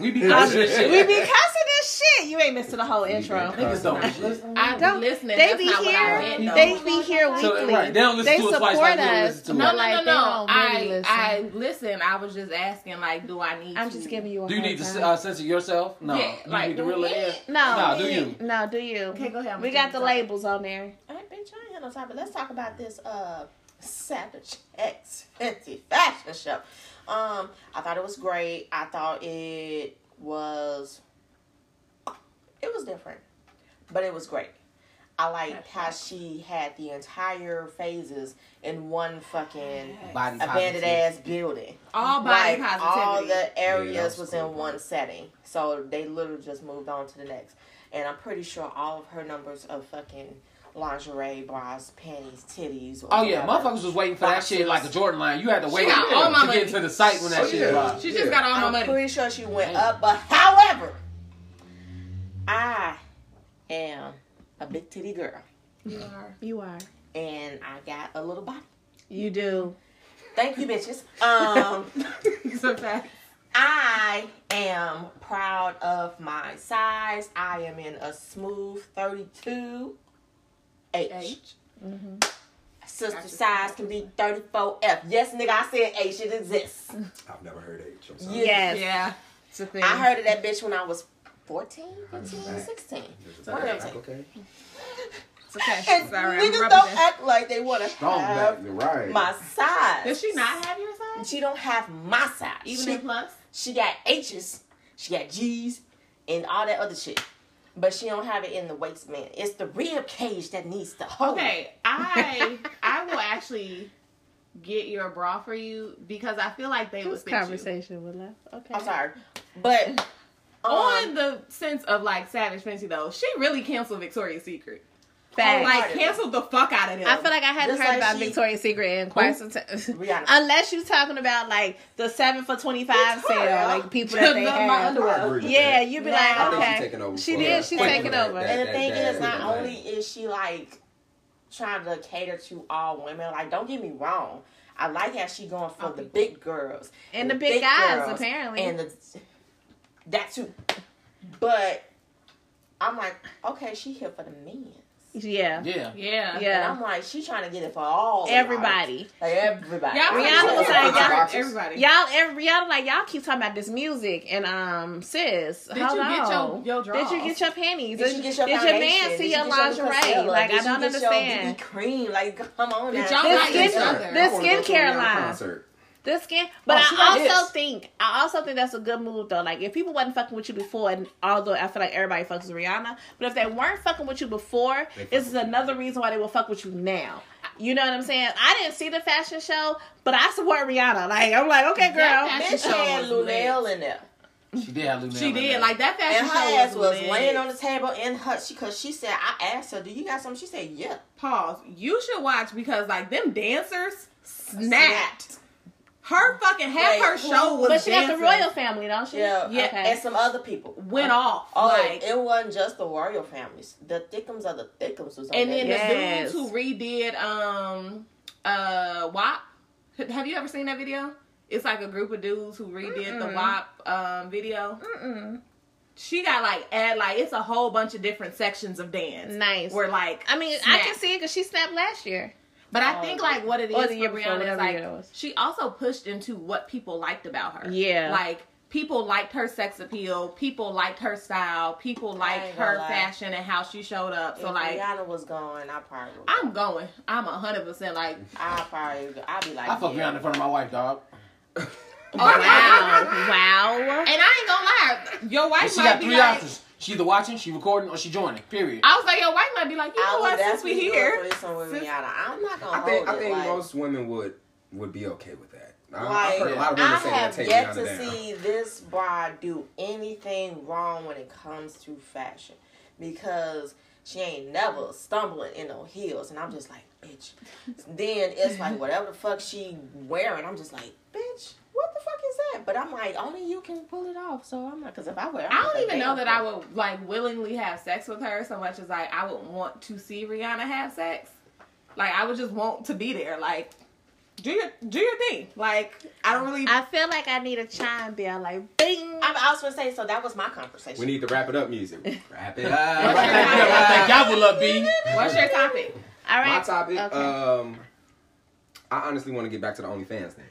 Speaker 3: We be
Speaker 2: I-
Speaker 3: cussing
Speaker 2: we
Speaker 3: this shit.
Speaker 2: be cussing this shit. You ain't missing the whole intro.
Speaker 3: Niggas don't listen.
Speaker 4: I
Speaker 2: Don't-
Speaker 4: don't listen.
Speaker 2: They
Speaker 4: That's
Speaker 2: be
Speaker 4: not what I
Speaker 2: here.
Speaker 4: meant, though.
Speaker 2: They be here
Speaker 3: So,
Speaker 2: weekly.
Speaker 3: right, they don't listen
Speaker 2: They
Speaker 3: to us
Speaker 2: support
Speaker 3: twice like we don't
Speaker 2: us.
Speaker 3: listen to
Speaker 2: no,
Speaker 3: us.
Speaker 4: no,
Speaker 2: like,
Speaker 4: no, no,
Speaker 2: they
Speaker 4: no.
Speaker 2: don't
Speaker 4: I
Speaker 2: really listen.
Speaker 4: I listen. I was just asking. Like, do I need?
Speaker 2: I'm
Speaker 4: to-
Speaker 2: just giving you. A
Speaker 3: Do you
Speaker 2: hard
Speaker 3: need to
Speaker 2: time.
Speaker 3: uh, censor yourself? No.
Speaker 4: Yeah,
Speaker 3: you
Speaker 4: like,
Speaker 3: need to reel it in.
Speaker 2: no,
Speaker 3: Nah, do you?
Speaker 2: No, do you?
Speaker 4: Okay, go ahead, I'm
Speaker 2: We got the
Speaker 4: sorry.
Speaker 2: labels on there.
Speaker 9: All right, bitch, I ain't had no time, but let's talk about this uh Savage X Fenty fashion show. Um, I thought it was great. I thought it was it was different, but it was great. I liked how she had the entire phases in one fucking
Speaker 3: Biden
Speaker 9: abandoned ass building.
Speaker 4: all body
Speaker 9: Like, All
Speaker 4: positivity.
Speaker 9: the areas
Speaker 1: Yeah, that
Speaker 9: was,
Speaker 1: was
Speaker 9: in
Speaker 1: cool.
Speaker 9: one setting, so they literally just moved on to the next. And I'm pretty sure all of her numbers of fucking lingerie, bras, panties, titties. or
Speaker 3: Oh yeah,
Speaker 9: whatever.
Speaker 3: motherfuckers was waiting for that shit like a Jordan line. You had to wait
Speaker 4: got all
Speaker 3: to get
Speaker 4: my money. Oh,
Speaker 3: to the site when that shit
Speaker 1: Yeah.
Speaker 3: dropped.
Speaker 4: she
Speaker 1: Yeah.
Speaker 4: just got all my
Speaker 9: I'm
Speaker 4: money.
Speaker 9: pretty sure she went
Speaker 3: Damn.
Speaker 9: up, but however, I am a big titty girl,
Speaker 2: You are.
Speaker 9: and I got a little body.
Speaker 2: You do.
Speaker 9: Thank you, bitches. Um.
Speaker 4: It's a fact.
Speaker 9: I am proud of my size. I am in a smooth 32 H.
Speaker 4: H.
Speaker 9: Sister size can be 34 F. Yes, nigga, I said H. It exists.
Speaker 4: Oh,
Speaker 1: I've never heard H. I'm sorry.
Speaker 9: Yes.
Speaker 4: Yeah, it's a thing.
Speaker 9: I heard of that bitch when I was 14, 15,
Speaker 1: Right.
Speaker 9: 16.
Speaker 1: Is
Speaker 9: One of
Speaker 1: that
Speaker 9: them.
Speaker 1: Okay.
Speaker 4: It's okay.
Speaker 9: And
Speaker 4: It's all right. I'm
Speaker 9: niggas
Speaker 4: rubbing
Speaker 9: don't
Speaker 4: that.
Speaker 9: act like they want to
Speaker 1: Strong back.
Speaker 9: have
Speaker 1: You're right.
Speaker 9: my size.
Speaker 4: Does she not have your size?
Speaker 9: She don't have my size.
Speaker 4: Even
Speaker 9: she
Speaker 4: in plus.
Speaker 9: She got H's, she got G's, and all that other shit. But she don't have it in the waistband. It's the rib cage that needs to
Speaker 2: Oh.
Speaker 9: hold.
Speaker 4: Okay, I I will actually get your bra for you because I feel like they would
Speaker 2: This
Speaker 4: fit you.
Speaker 2: conversation would love. Okay.
Speaker 9: I'm sorry. But Um,
Speaker 4: On the sense of like Savage Fenty though, she really canceled Victoria's Secret.
Speaker 2: Facts.
Speaker 4: Like canceled the fuck out of them.
Speaker 2: I feel like I hadn't
Speaker 9: Just
Speaker 2: heard
Speaker 9: like
Speaker 2: about
Speaker 9: she-
Speaker 2: Victoria's Secret in quite some time.
Speaker 9: Rihanna.
Speaker 2: Unless you're talking about like the seven for twenty five sale,
Speaker 9: Victoria.
Speaker 2: like people that they
Speaker 4: My
Speaker 2: have.
Speaker 4: underwear.
Speaker 1: I agree with
Speaker 2: Yeah,
Speaker 1: that.
Speaker 2: you'd be
Speaker 9: Nah.
Speaker 2: like,
Speaker 9: I
Speaker 1: think
Speaker 2: okay,
Speaker 1: she's taking over
Speaker 2: She
Speaker 1: for-
Speaker 2: did. She's
Speaker 1: for
Speaker 2: taking
Speaker 1: that-
Speaker 2: over.
Speaker 1: that-
Speaker 9: and the thing
Speaker 1: that-
Speaker 9: is, not
Speaker 1: that-
Speaker 9: only is she like trying to cater to all women, like don't get me wrong, I like how she going for the big girls
Speaker 2: And the big guys,
Speaker 9: girls,
Speaker 2: apparently.
Speaker 9: and the that too. But I'm like, okay, she here for the men.
Speaker 2: yeah,
Speaker 3: Yeah.
Speaker 4: Yeah.
Speaker 9: And
Speaker 2: yeah.
Speaker 9: I'm like, she trying to get it for all of y'all.
Speaker 2: Everybody,
Speaker 9: like everybody.
Speaker 4: Y'all
Speaker 2: Rihanna was
Speaker 1: y'all-
Speaker 2: like,
Speaker 4: everybody. everybody.
Speaker 2: y'all, every, y'all like y'all keep talking about this music and um, sis,
Speaker 4: Did
Speaker 2: hold
Speaker 4: you
Speaker 2: on.
Speaker 4: get your- your
Speaker 2: Did you
Speaker 4: drawers?
Speaker 2: get your panties?
Speaker 9: Did you get your
Speaker 2: did
Speaker 9: foundation?
Speaker 2: man
Speaker 9: Did
Speaker 2: see
Speaker 9: you
Speaker 2: your
Speaker 9: get your
Speaker 2: lingerie?
Speaker 9: Priscilla?
Speaker 2: like
Speaker 9: Did
Speaker 2: I don't
Speaker 9: you get your
Speaker 2: understand.
Speaker 9: BB cream, like come on now.
Speaker 4: Did y'all
Speaker 2: This
Speaker 4: like
Speaker 2: skin-
Speaker 4: each other?
Speaker 2: this
Speaker 1: I wanna go to a
Speaker 2: skincare
Speaker 1: Rihanna
Speaker 2: line.
Speaker 1: concert.
Speaker 2: The skin, but
Speaker 9: Oh, she got
Speaker 2: I also
Speaker 9: hips.
Speaker 2: think I also think that's a good move though. Like if people wasn't fucking with you before, and although I feel like everybody fucks with Rihanna, but if they weren't fucking with you before,
Speaker 1: They fuck
Speaker 2: this is
Speaker 1: with you.
Speaker 2: another reason why they will fuck with you now. You know what I'm saying? I didn't see the fashion show, but I support Rihanna. Like I'm like, okay,
Speaker 4: That
Speaker 2: girl,
Speaker 4: fashion
Speaker 9: Bitch
Speaker 4: show
Speaker 9: had
Speaker 4: was
Speaker 9: Lunel in there.
Speaker 3: She did have Lou
Speaker 4: She
Speaker 3: Nail in
Speaker 4: did.
Speaker 3: there.
Speaker 4: Like that fashion
Speaker 9: And her
Speaker 4: show
Speaker 9: ass was
Speaker 4: lit.
Speaker 9: laying on the table in her she cause she said, I asked her, Do you got something? She said, Yeah.
Speaker 4: Pause. You should watch because like them dancers
Speaker 9: Snapped.
Speaker 4: snapped. Her fucking half
Speaker 9: Like,
Speaker 4: her show was
Speaker 2: but she got the
Speaker 4: dancing.
Speaker 2: royal family, don't she?
Speaker 9: Yeah.
Speaker 4: Yeah.
Speaker 2: Okay.
Speaker 9: And some other people.
Speaker 4: went off.
Speaker 9: Oh,
Speaker 4: like
Speaker 9: it wasn't just the royal families. The thickums of the thickums was on
Speaker 4: and
Speaker 9: that list.
Speaker 4: then
Speaker 2: Yes.
Speaker 4: the dudes who redid um uh WAP. H- Have you ever seen that video? It's like a group of dudes who redid the WAP um video.
Speaker 2: Mm-mm.
Speaker 4: She got like add like it's a whole bunch of different sections of dance.
Speaker 2: Nice.
Speaker 4: Where like
Speaker 2: I mean, I
Speaker 4: snap.
Speaker 2: can see it because she snapped last year.
Speaker 4: But I
Speaker 9: Oh,
Speaker 4: think like what it is
Speaker 2: Or
Speaker 4: for
Speaker 2: the year before,
Speaker 4: Rihanna
Speaker 2: whatever
Speaker 4: is
Speaker 2: year it
Speaker 4: like
Speaker 2: was.
Speaker 4: she also pushed into what people liked about her.
Speaker 2: Yeah.
Speaker 4: like people liked her sex appeal, people liked her style, people liked
Speaker 9: ain't gonna
Speaker 4: her
Speaker 9: lie.
Speaker 4: fashion and how she showed up.
Speaker 9: If
Speaker 4: So like,
Speaker 9: Rihanna was gone, I probably would.
Speaker 4: I'm going. I'm a hundred percent like.
Speaker 9: I probably would- I'd be like,
Speaker 3: I fucked
Speaker 9: yeah.
Speaker 3: around in front of my wife, dog.
Speaker 2: Wow, wow.
Speaker 4: And I ain't gonna lie, your
Speaker 3: And
Speaker 4: wife
Speaker 3: she
Speaker 4: might
Speaker 3: got
Speaker 4: be
Speaker 3: three
Speaker 4: like.
Speaker 3: options. She either watching, she recording, or she joining. Period.
Speaker 4: I was like, your wife might be like, you
Speaker 9: I
Speaker 4: know
Speaker 9: would
Speaker 4: what? Since we
Speaker 9: definitely do it for
Speaker 4: here,
Speaker 9: this one with
Speaker 4: Since-
Speaker 9: Rihanna. I'm not gonna
Speaker 1: I think
Speaker 9: hold
Speaker 1: I
Speaker 9: it,
Speaker 1: think
Speaker 9: like-
Speaker 1: most women would would be okay with that. I,
Speaker 9: Like,
Speaker 1: I've heard a lot of women
Speaker 9: I
Speaker 1: say that
Speaker 9: have
Speaker 1: take
Speaker 9: yet
Speaker 1: Rihanna
Speaker 9: to
Speaker 1: down.
Speaker 9: see this broad do anything wrong when it comes to fashion because she ain't never stumbling in no heels, and I'm just like, bitch. then it's like whatever the fuck she wearing, I'm just like, bitch, what the fuck is that? But I'm like, only you can pull it off, so I'm like, because if I wear, it,
Speaker 4: I don't even know that I would like willingly have sex with her so much as like I would want to see Rihanna have sex. Like I would just want to be there. Like do your do your thing. Like I don't really.
Speaker 2: I feel like I need a chime bell, like bing.
Speaker 9: I'm also gonna say so. That was my conversation.
Speaker 1: We need to wrap it up, music. Wrap it up.
Speaker 3: Right back there, right back. Y'all would love B.
Speaker 4: What's your topic?
Speaker 2: All right.
Speaker 1: My topic.
Speaker 2: Okay.
Speaker 1: Um, I honestly want to get back to the OnlyFans thing,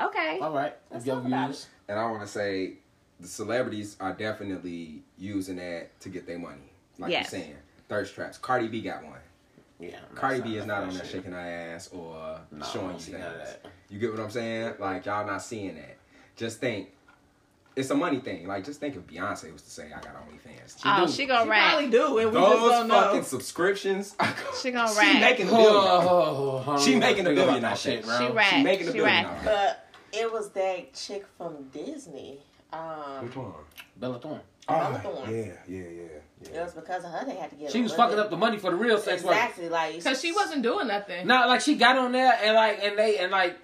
Speaker 2: okay.
Speaker 3: All right. If y'all views.
Speaker 1: and I want to say the celebrities are definitely using that to get their money. Like
Speaker 2: Yes.
Speaker 1: you're saying, thirst traps. Cardi B got one.
Speaker 3: Yeah.
Speaker 1: Cardi B is not on there shaking her ass or
Speaker 3: Nah, I
Speaker 1: showing
Speaker 3: don't
Speaker 1: you
Speaker 3: see none of
Speaker 1: things.
Speaker 3: that.
Speaker 1: You get what I'm saying? Like y'all not seeing that. Just think, it's a money thing. Like just think if Beyonce was to say, "I got OnlyFans."
Speaker 2: oh,
Speaker 3: do.
Speaker 2: she gonna
Speaker 4: You
Speaker 2: rap.
Speaker 4: probably do, and we just
Speaker 1: Those
Speaker 4: don't
Speaker 1: fucking
Speaker 4: know.
Speaker 1: subscriptions.
Speaker 2: She gonna
Speaker 1: she
Speaker 2: rap.
Speaker 1: making a billion.
Speaker 3: Oh, oh,
Speaker 1: She making a billion out of it.
Speaker 2: She
Speaker 3: bro.
Speaker 2: rap.
Speaker 1: She making a
Speaker 2: She
Speaker 1: billion.
Speaker 2: rap.
Speaker 1: out of it.
Speaker 9: But it was that chick from Disney. Um,
Speaker 1: Which one?
Speaker 3: Bella Thorne.
Speaker 9: Another one.
Speaker 1: yeah, yeah, yeah,
Speaker 9: it was because of her they had to get.
Speaker 3: She
Speaker 9: a
Speaker 3: was
Speaker 9: little
Speaker 3: fucking
Speaker 9: bit-
Speaker 3: up the money for the real sex work.
Speaker 9: Exactly, like
Speaker 4: Cause she wasn't doing nothing.
Speaker 3: No, like she got on there and like and they and like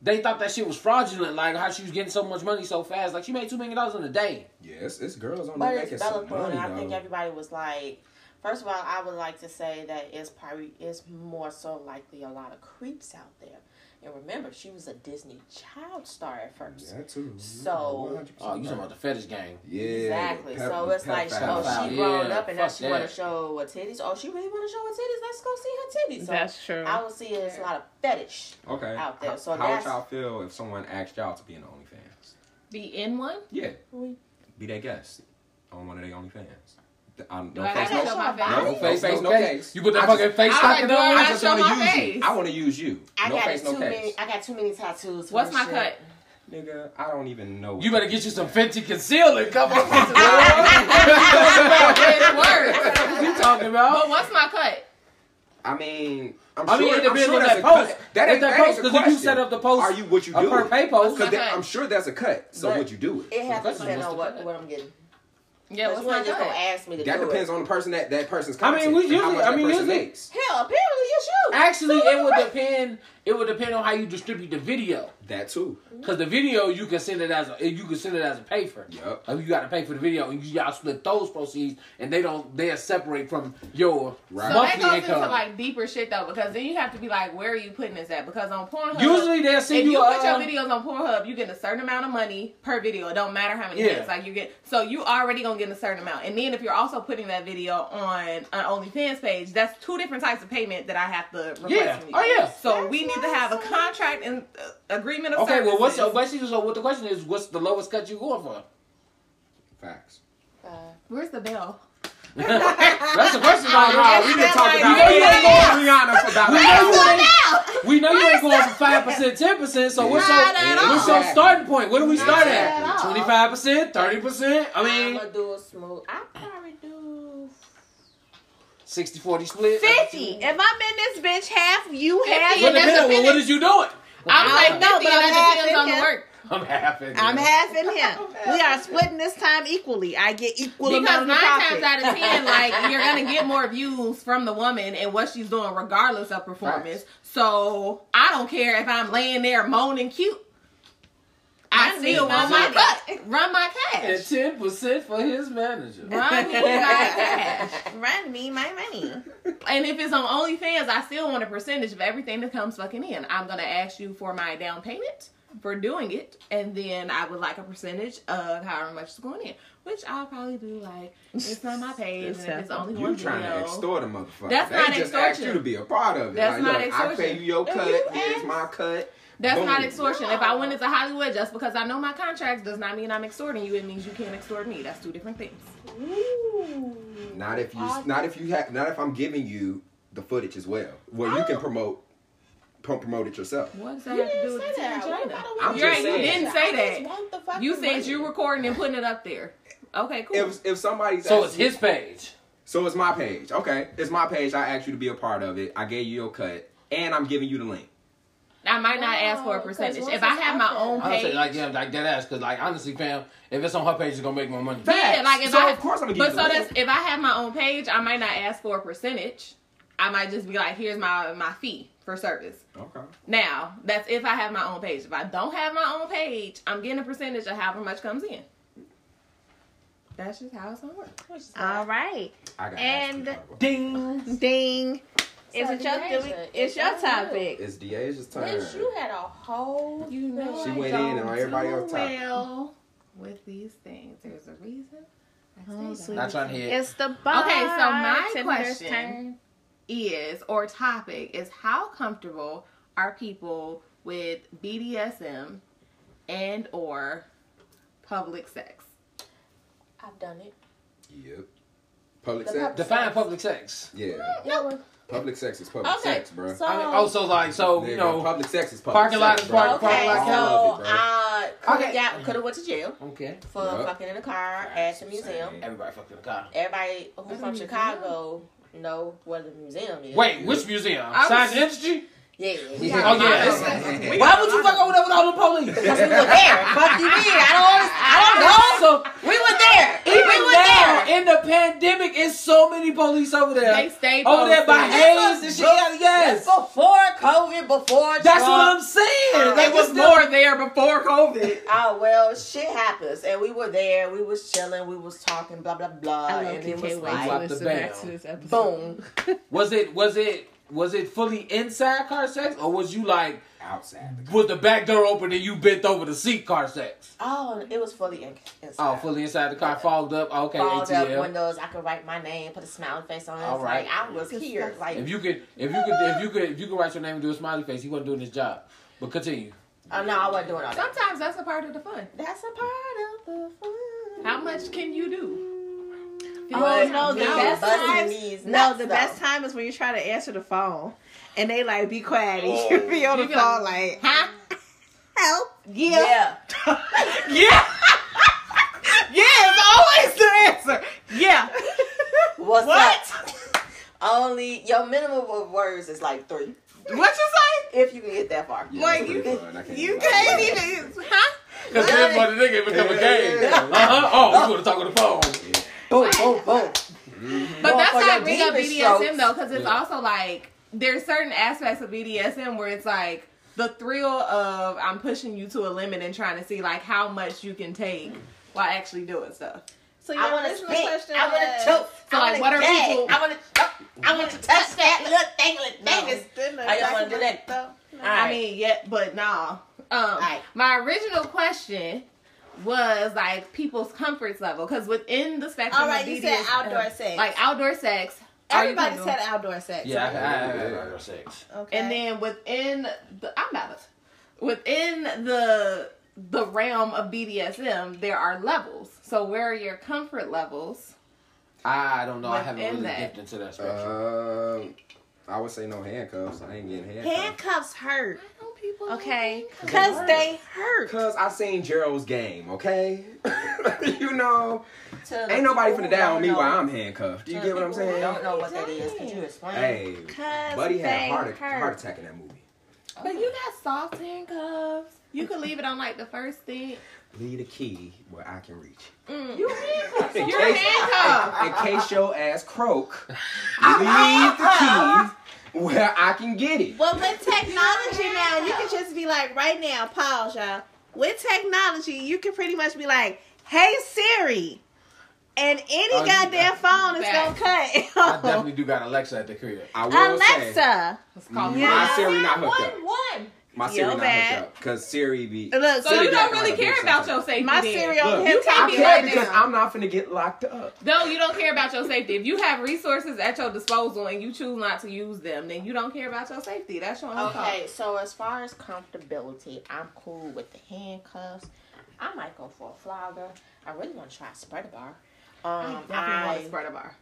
Speaker 3: they thought that shit was fraudulent. Like how she was getting so much money so fast. Like she made two million dollars in a day.
Speaker 1: Yeah, it's, it's girls on
Speaker 9: But
Speaker 1: there
Speaker 9: it's
Speaker 1: making some
Speaker 9: Bellathorn,
Speaker 1: money,
Speaker 9: and I think
Speaker 1: though.
Speaker 9: everybody was like, first of all, I would like to say that it's probably it's more so likely a lot of creeps out there. And remember, she was a Disney child star at first.
Speaker 1: Yeah, too.
Speaker 9: So-
Speaker 1: 100%
Speaker 3: Oh, you talking about the fetish gang?
Speaker 1: yeah,
Speaker 9: Exactly.
Speaker 1: pep-
Speaker 9: so it's like,
Speaker 1: pedophile.
Speaker 9: oh, she
Speaker 3: Yeah,
Speaker 9: grown up and now
Speaker 3: fuck
Speaker 9: she want
Speaker 3: that.
Speaker 9: to show her titties. Oh, she really want to show her titties. Let's go see her titties. So
Speaker 2: That's true.
Speaker 9: I would see it as a lot of fetish.
Speaker 1: okay.
Speaker 9: out there. So
Speaker 1: how
Speaker 9: that's-
Speaker 1: would y'all feel if someone asked y'all to be in the OnlyFans?
Speaker 4: Be in one.
Speaker 1: Yeah,
Speaker 9: We-
Speaker 1: be their guest on one of their OnlyFans. Th- I, no
Speaker 4: Like, I
Speaker 1: face,
Speaker 4: gotta
Speaker 1: no,
Speaker 4: show my
Speaker 1: no,
Speaker 4: face.
Speaker 1: no face, no
Speaker 3: face.
Speaker 1: case.
Speaker 3: You put that
Speaker 1: I
Speaker 3: fucking
Speaker 1: just-
Speaker 3: face
Speaker 4: I
Speaker 3: stocking
Speaker 4: like, girl,
Speaker 3: on.
Speaker 4: I
Speaker 3: I just
Speaker 4: show
Speaker 3: want
Speaker 4: my
Speaker 3: to use you.
Speaker 4: face.
Speaker 1: I want to use you.
Speaker 9: I
Speaker 1: no
Speaker 9: got
Speaker 1: face,
Speaker 9: too
Speaker 1: no
Speaker 9: many.
Speaker 1: case.
Speaker 9: I got too many tattoos. for
Speaker 4: What's
Speaker 9: this
Speaker 4: my
Speaker 9: shit.
Speaker 4: cut?
Speaker 1: Nigga, I don't even know.
Speaker 3: You better get you some Fenty concealer. Come on, what
Speaker 4: It works.
Speaker 3: you talking about?
Speaker 4: But what's my cut?
Speaker 1: I mean, I'm
Speaker 3: I
Speaker 1: sure,
Speaker 3: mean, it
Speaker 1: I'm
Speaker 3: depends
Speaker 1: sure
Speaker 3: on
Speaker 1: that's
Speaker 3: that
Speaker 1: a cut.
Speaker 3: post.
Speaker 1: That
Speaker 3: If
Speaker 1: ain't
Speaker 3: that
Speaker 1: that ain't
Speaker 3: post-
Speaker 1: the
Speaker 3: 'cause if you
Speaker 1: question.
Speaker 3: set up the post-
Speaker 1: Are you what you
Speaker 3: a
Speaker 1: do?
Speaker 3: per pay post.
Speaker 1: Because
Speaker 2: Right.
Speaker 1: I'm sure that's a cut. So
Speaker 3: Right.
Speaker 1: would you do it?
Speaker 9: It has to
Speaker 3: What's the
Speaker 9: depend on what,
Speaker 3: cut?
Speaker 9: what I'm getting.
Speaker 2: Yeah,
Speaker 9: But
Speaker 2: what's
Speaker 9: you
Speaker 2: my
Speaker 9: ain't just gonna
Speaker 2: cut?
Speaker 9: ask me to
Speaker 1: That
Speaker 9: do
Speaker 1: depends
Speaker 9: it.
Speaker 1: on the person that that person's.
Speaker 3: I mean,
Speaker 1: content
Speaker 3: we
Speaker 1: and how
Speaker 3: usually-
Speaker 1: much
Speaker 3: I
Speaker 1: that
Speaker 3: mean,
Speaker 1: person
Speaker 3: usually-
Speaker 1: makes.
Speaker 9: Hell, apparently it's you.
Speaker 3: Actually,
Speaker 9: So
Speaker 3: it would
Speaker 9: what?
Speaker 3: depend. It would depend on how you distribute the video.
Speaker 1: that too.
Speaker 3: Cause the video you can send it as a you can send it as a pay for.
Speaker 1: Yup.
Speaker 3: Like you got to pay for the video, and you y'all split those proceeds, and they don't they are separate from your
Speaker 1: Right.
Speaker 4: So that
Speaker 3: monthly
Speaker 4: goes
Speaker 3: income.
Speaker 4: into like deeper shit though, because then you have to be like, where are you putting this at? Because on Pornhub,
Speaker 3: Usually they'll send
Speaker 4: if
Speaker 3: you,
Speaker 4: you put
Speaker 3: um,
Speaker 4: your videos on Pornhub, you get a certain amount of money per video. It don't matter how many
Speaker 3: Yeah.
Speaker 4: hits, like you get. So you already gonna get a certain amount, and then if you're also putting that video on an OnlyFans page, that's two different types of payment that I have to request
Speaker 3: Yeah.
Speaker 4: from you.
Speaker 3: Oh, yeah.
Speaker 4: So we need to have a contract and uh, agreement of
Speaker 3: okay, well, what's so
Speaker 4: services.
Speaker 3: basically so what the question is? What's the lowest cut you going for?
Speaker 1: Facts.
Speaker 4: Where's the bell?
Speaker 3: That's the question. Like, nah, we,
Speaker 1: We didn't talk
Speaker 4: like-
Speaker 1: about
Speaker 3: You know
Speaker 1: we
Speaker 3: you
Speaker 1: didn't
Speaker 3: ain't
Speaker 1: go on Rihanna for about an hour.
Speaker 3: we know you ain't going for five percent, ten percent. So what's your
Speaker 4: Not at all.
Speaker 3: what's your starting point? What do we start
Speaker 9: at
Speaker 3: at?
Speaker 9: all.
Speaker 3: Twenty five percent, thirty percent. I
Speaker 9: I'm
Speaker 3: mean,
Speaker 9: gonna do a smooth. I probably do.
Speaker 3: 60-40 split.
Speaker 2: 50. If I'm in this bitch, half, you half.
Speaker 3: Well,
Speaker 2: and that's
Speaker 3: depending
Speaker 2: a
Speaker 3: on what- what is you doing?
Speaker 2: I don't know, but I'm half in
Speaker 4: on the
Speaker 2: him.
Speaker 4: work.
Speaker 3: I'm happy.
Speaker 2: I'm half in him. We are splitting this time equally. I get equal
Speaker 4: Because
Speaker 2: amount of the
Speaker 4: nine times
Speaker 2: profit.
Speaker 4: out of ten, like you're gonna get more views from the woman and what she's doing, regardless of performance. So I don't care if I'm laying there moaning cute. I
Speaker 2: Mine
Speaker 4: still
Speaker 2: means
Speaker 4: want
Speaker 2: my
Speaker 4: my butt. Run my
Speaker 3: and
Speaker 4: cash.
Speaker 3: ten percent for his manager.
Speaker 4: Run me my cash.
Speaker 2: Run me my money.
Speaker 4: And if it's on OnlyFans, I still want a percentage of everything that comes fucking in. I'm gonna ask you for my down payment for doing it, and then I would like a percentage of however much is going in, which I'll probably do. Like it's not my page, and if it's only
Speaker 1: You
Speaker 4: one
Speaker 1: trying to
Speaker 4: video,
Speaker 1: extort a motherfucker.
Speaker 4: That's
Speaker 1: they
Speaker 4: not
Speaker 1: just asked
Speaker 4: extortion.
Speaker 1: you to be a part of it.
Speaker 4: That's
Speaker 1: like,
Speaker 4: not
Speaker 1: look, I pay
Speaker 4: extortion.
Speaker 1: you your
Speaker 4: If
Speaker 1: cut.
Speaker 4: you
Speaker 1: Here's
Speaker 4: ask-
Speaker 1: my cut.
Speaker 4: That's
Speaker 1: Boom.
Speaker 4: not extortion. If I went into Hollywood just because I know my contracts does not mean I'm extorting you. It means you can't extort me. That's two different things.
Speaker 1: Not if you. Not if you have. Not if I'm giving you the footage as well, where
Speaker 4: Oh.
Speaker 1: you can promote, pro- promote it yourself.
Speaker 4: What does that have to do with the vagina?
Speaker 1: I'm
Speaker 4: You're
Speaker 1: just
Speaker 4: right. You
Speaker 1: saying.
Speaker 4: didn't say that.
Speaker 9: that.
Speaker 4: You said you're recording and putting it up there. Okay, cool.
Speaker 1: If if somebody's
Speaker 3: So
Speaker 1: asking-
Speaker 3: it's his page.
Speaker 1: so it's my page. Okay, it's my page. I asked you to be a part of it. I gave you your cut, and I'm giving you the link.
Speaker 4: I might not ask for a
Speaker 9: Oh, 'cause
Speaker 4: percentage.
Speaker 9: once
Speaker 4: If I
Speaker 9: it's
Speaker 4: have
Speaker 9: out
Speaker 4: my
Speaker 9: there-
Speaker 4: own
Speaker 3: I'm say
Speaker 4: page.
Speaker 3: like yeah, like that ass. Cause like honestly, fam, if it's on her page, it's gonna make more money.
Speaker 4: Yeah,
Speaker 1: Facts.
Speaker 4: like if
Speaker 1: So,
Speaker 4: I
Speaker 1: of course I'm gonna give
Speaker 4: But
Speaker 1: you
Speaker 4: so
Speaker 1: the link.
Speaker 4: that's if I have my own page, I might not ask for a percentage. I might just be like, here's my my fee for service.
Speaker 1: Okay.
Speaker 4: Now, that's if I have my own page. If I don't have my own page, I'm getting a percentage of however much comes in. That's just how it's gonna work.
Speaker 2: All right.
Speaker 1: I got.
Speaker 2: And-
Speaker 3: Ding.
Speaker 2: Ding. Is it your,
Speaker 9: Deja,
Speaker 2: do we-
Speaker 9: it's
Speaker 2: it's your
Speaker 9: on you.
Speaker 2: topic.
Speaker 1: it's Deja's turn.
Speaker 9: Bitch, you had a whole.
Speaker 4: You know,
Speaker 1: She
Speaker 4: I
Speaker 1: went in
Speaker 4: don't
Speaker 1: and on everybody
Speaker 4: do
Speaker 1: else's topic.
Speaker 4: well with these things. There's a reason. I say that.
Speaker 3: Not trying to hear.
Speaker 2: It's the bar.
Speaker 4: Okay, so my
Speaker 2: Tender's
Speaker 4: question-
Speaker 2: turn.
Speaker 4: Is or topic is how comfortable are people with BDSM and or public sex?
Speaker 9: I've done it.
Speaker 1: Yep. Public
Speaker 9: The
Speaker 1: sex.
Speaker 9: pub-
Speaker 3: Define public sex.
Speaker 1: yeah.
Speaker 9: No.
Speaker 1: Public sex is public
Speaker 9: Okay,
Speaker 1: sex, bro.
Speaker 9: So,
Speaker 3: I mean, oh, so like, so
Speaker 1: Nigga,
Speaker 3: you know,
Speaker 1: public sex is public.
Speaker 3: parking lot
Speaker 1: sex,
Speaker 3: is
Speaker 1: bro.
Speaker 3: parking-
Speaker 9: okay,
Speaker 3: parking lot.
Speaker 1: All
Speaker 9: so
Speaker 1: of it, bro.
Speaker 9: I could
Speaker 3: Okay.
Speaker 9: have could have went to jail
Speaker 3: okay.
Speaker 9: for
Speaker 1: Yup.
Speaker 9: fucking in a car at the museum.
Speaker 3: Everybody fucking the car.
Speaker 9: Everybody who from Chicago know where the museum is.
Speaker 3: Wait, which museum?
Speaker 4: I was-
Speaker 3: Science Industry?
Speaker 9: Yeah.
Speaker 3: Oh yeah.
Speaker 1: Yeah.
Speaker 3: it's- Why would you fuck over there with all the police?
Speaker 9: Because we were there. Fuck you, mean? I don't. Always, I don't know.
Speaker 3: So
Speaker 9: We were there.
Speaker 3: even
Speaker 9: we were
Speaker 3: now
Speaker 9: there.
Speaker 3: in the pandemic, it's so many police over there.
Speaker 4: They stay
Speaker 3: over there by
Speaker 4: posted.
Speaker 3: Hayes and shit. Yeah, Yes,
Speaker 9: Before COVID, before
Speaker 3: that's
Speaker 9: Trump.
Speaker 3: what I'm saying. Like,
Speaker 4: It
Speaker 3: it's
Speaker 4: was
Speaker 3: still-
Speaker 4: more there before COVID.
Speaker 9: Oh well, shit happens, and we were there. We was chilling. We was talking, blah blah blah,
Speaker 2: I love
Speaker 9: and it
Speaker 2: can't
Speaker 9: was
Speaker 2: wait
Speaker 9: like,
Speaker 2: to
Speaker 3: Drop the
Speaker 2: listen back
Speaker 3: bell.
Speaker 2: to this episode.
Speaker 9: boom.
Speaker 3: Was it was it was it fully inside car sex or was you like
Speaker 1: Outside. the-
Speaker 3: was the back door open and you bent over the seat car sex?
Speaker 9: Oh, it was fully in- inside.
Speaker 3: Oh, fully inside the car, fogged up. Okay,
Speaker 9: Balled up
Speaker 3: ATL.
Speaker 9: windows. I could write my name, put a smiling face on. it.
Speaker 3: All
Speaker 9: It's
Speaker 3: right.
Speaker 9: Like I was here. Like
Speaker 3: If you could, if you could, if you could, if you could write your name and do a smiley face, you wasn't doing his job. But continue.
Speaker 9: oh no, I wasn't doing all that.
Speaker 4: Sometimes that's a part of the fun.
Speaker 9: That's a part of the fun.
Speaker 4: How much can you do?
Speaker 2: Oh,
Speaker 9: But
Speaker 2: no, the
Speaker 9: me
Speaker 2: best
Speaker 9: busting
Speaker 2: times-
Speaker 9: these
Speaker 2: No,
Speaker 9: nuts,
Speaker 2: the
Speaker 9: though.
Speaker 2: best time is when you try to answer the phone and they like be quiet and
Speaker 9: Oh.
Speaker 2: you be on the
Speaker 4: You be
Speaker 2: phone like,
Speaker 4: Huh?
Speaker 2: help. Yeah.
Speaker 9: Yeah.
Speaker 2: Yeah, it's always the answer. Yeah.
Speaker 9: What's
Speaker 2: What?
Speaker 9: up? Only your minimum of words is like three,
Speaker 2: What you
Speaker 9: if you can get that far.
Speaker 1: Yeah,
Speaker 2: Like,
Speaker 1: that's
Speaker 2: you-
Speaker 1: pretty fun. I
Speaker 2: say? You
Speaker 1: lie.
Speaker 2: can't even, huh?
Speaker 3: Because that mother nigga become a game.
Speaker 1: Yeah.
Speaker 3: Uh huh. Oh, we want to talk on the phone.
Speaker 9: Boom, boom, boom.
Speaker 4: But that's
Speaker 9: Motherfucker,
Speaker 4: why I bring up
Speaker 9: demon
Speaker 4: BDSM
Speaker 9: strokes.
Speaker 4: though, because it's also like there's certain aspects of BDSM where it's like the thrill of I'm pushing you to a limit and trying to see like how much you can take while actually doing stuff.
Speaker 2: So
Speaker 9: I
Speaker 2: your
Speaker 9: want to
Speaker 2: original
Speaker 9: spit.
Speaker 2: question
Speaker 9: I want
Speaker 2: was-
Speaker 9: to choke.
Speaker 4: So,
Speaker 9: I wanna
Speaker 4: like, what are
Speaker 9: gag.
Speaker 4: people-
Speaker 9: I want to. I want to touch that little dangling
Speaker 2: No.
Speaker 9: thing. I don't wanna do that.
Speaker 2: No.
Speaker 4: I mean, yeah, but nah. Um,
Speaker 9: Right.
Speaker 4: my original question was like people's comfort level because within the spectrum.
Speaker 2: All right,
Speaker 4: of
Speaker 2: you said
Speaker 4: BDSM,
Speaker 2: outdoor sex.
Speaker 4: Like outdoor sex. are you
Speaker 2: Everybody
Speaker 4: comfortable?
Speaker 2: said outdoor sex.
Speaker 3: Yeah,
Speaker 2: right?
Speaker 3: I, I, I, I, I, I sex.
Speaker 2: Okay.
Speaker 4: and then within the I'm out of within the the realm of BDSM there are levels. So where are your comfort levels?
Speaker 3: I don't know. I haven't
Speaker 4: Within
Speaker 3: really
Speaker 4: that.
Speaker 3: dipped into that spectrum.
Speaker 1: Um, I would say no handcuffs. I ain't getting handcuffs.
Speaker 2: handcuffs hurt.
Speaker 4: people
Speaker 2: Okay, because they hurt.
Speaker 1: Cause I seen Gerald's game, okay? you know,
Speaker 9: To the
Speaker 1: ain't nobody
Speaker 9: people
Speaker 1: finna die on
Speaker 9: don't
Speaker 1: me
Speaker 9: know-
Speaker 1: while I'm handcuffed. Do you get what I'm saying?
Speaker 9: Don't know what that is. Could you explain?
Speaker 1: Hey,
Speaker 2: Cause
Speaker 1: Buddy had
Speaker 2: they
Speaker 1: a heart,
Speaker 2: hurt.
Speaker 1: heart attack in that movie.
Speaker 4: But you got soft handcuffs. You could leave it on like the first thing.
Speaker 1: Leave the key where I can reach.
Speaker 4: You handcuffs.
Speaker 1: In
Speaker 4: You're
Speaker 1: case,
Speaker 4: handcuffed.
Speaker 1: in case your ass croak, leave the key where I can get it.
Speaker 2: Well, with technology now, you can just be like, right now, pause, y'all. With technology, you can pretty much be like, "Hey Siri," and any
Speaker 3: Oh, you-
Speaker 2: goddamn phone is
Speaker 4: Back.
Speaker 3: I
Speaker 2: gonna cut.
Speaker 3: definitely do got Alexa at the crib.
Speaker 1: I will say,
Speaker 2: Alexa,
Speaker 4: It's called
Speaker 1: my
Speaker 2: Yeah.
Speaker 1: Siri not hooked up.
Speaker 9: One, one.
Speaker 1: My
Speaker 2: Yo,
Speaker 1: Siri not
Speaker 2: bad.
Speaker 1: hooked up. Cause Siri be.
Speaker 2: look,
Speaker 4: So you
Speaker 1: Siri
Speaker 4: don't
Speaker 1: got
Speaker 4: really
Speaker 1: one of
Speaker 4: care
Speaker 1: those
Speaker 4: about
Speaker 1: sometimes.
Speaker 4: your safety.
Speaker 2: my
Speaker 4: then.
Speaker 2: Siri on
Speaker 1: Look,
Speaker 2: him
Speaker 4: you can't
Speaker 1: I
Speaker 2: talking
Speaker 4: be
Speaker 1: care
Speaker 2: right
Speaker 1: because
Speaker 2: now.
Speaker 1: I'm not finna get locked up.
Speaker 4: No, you don't care about your safety. If you have resources at your disposal and you choose not to use them, then you don't care about your safety. That's your own
Speaker 9: Okay, so as far as comfortability, I'm cool with the handcuffs. I might go for a flogger. I really want to try a spread bar. Um,
Speaker 4: call. Definitely want
Speaker 9: I,
Speaker 4: to spread a bar.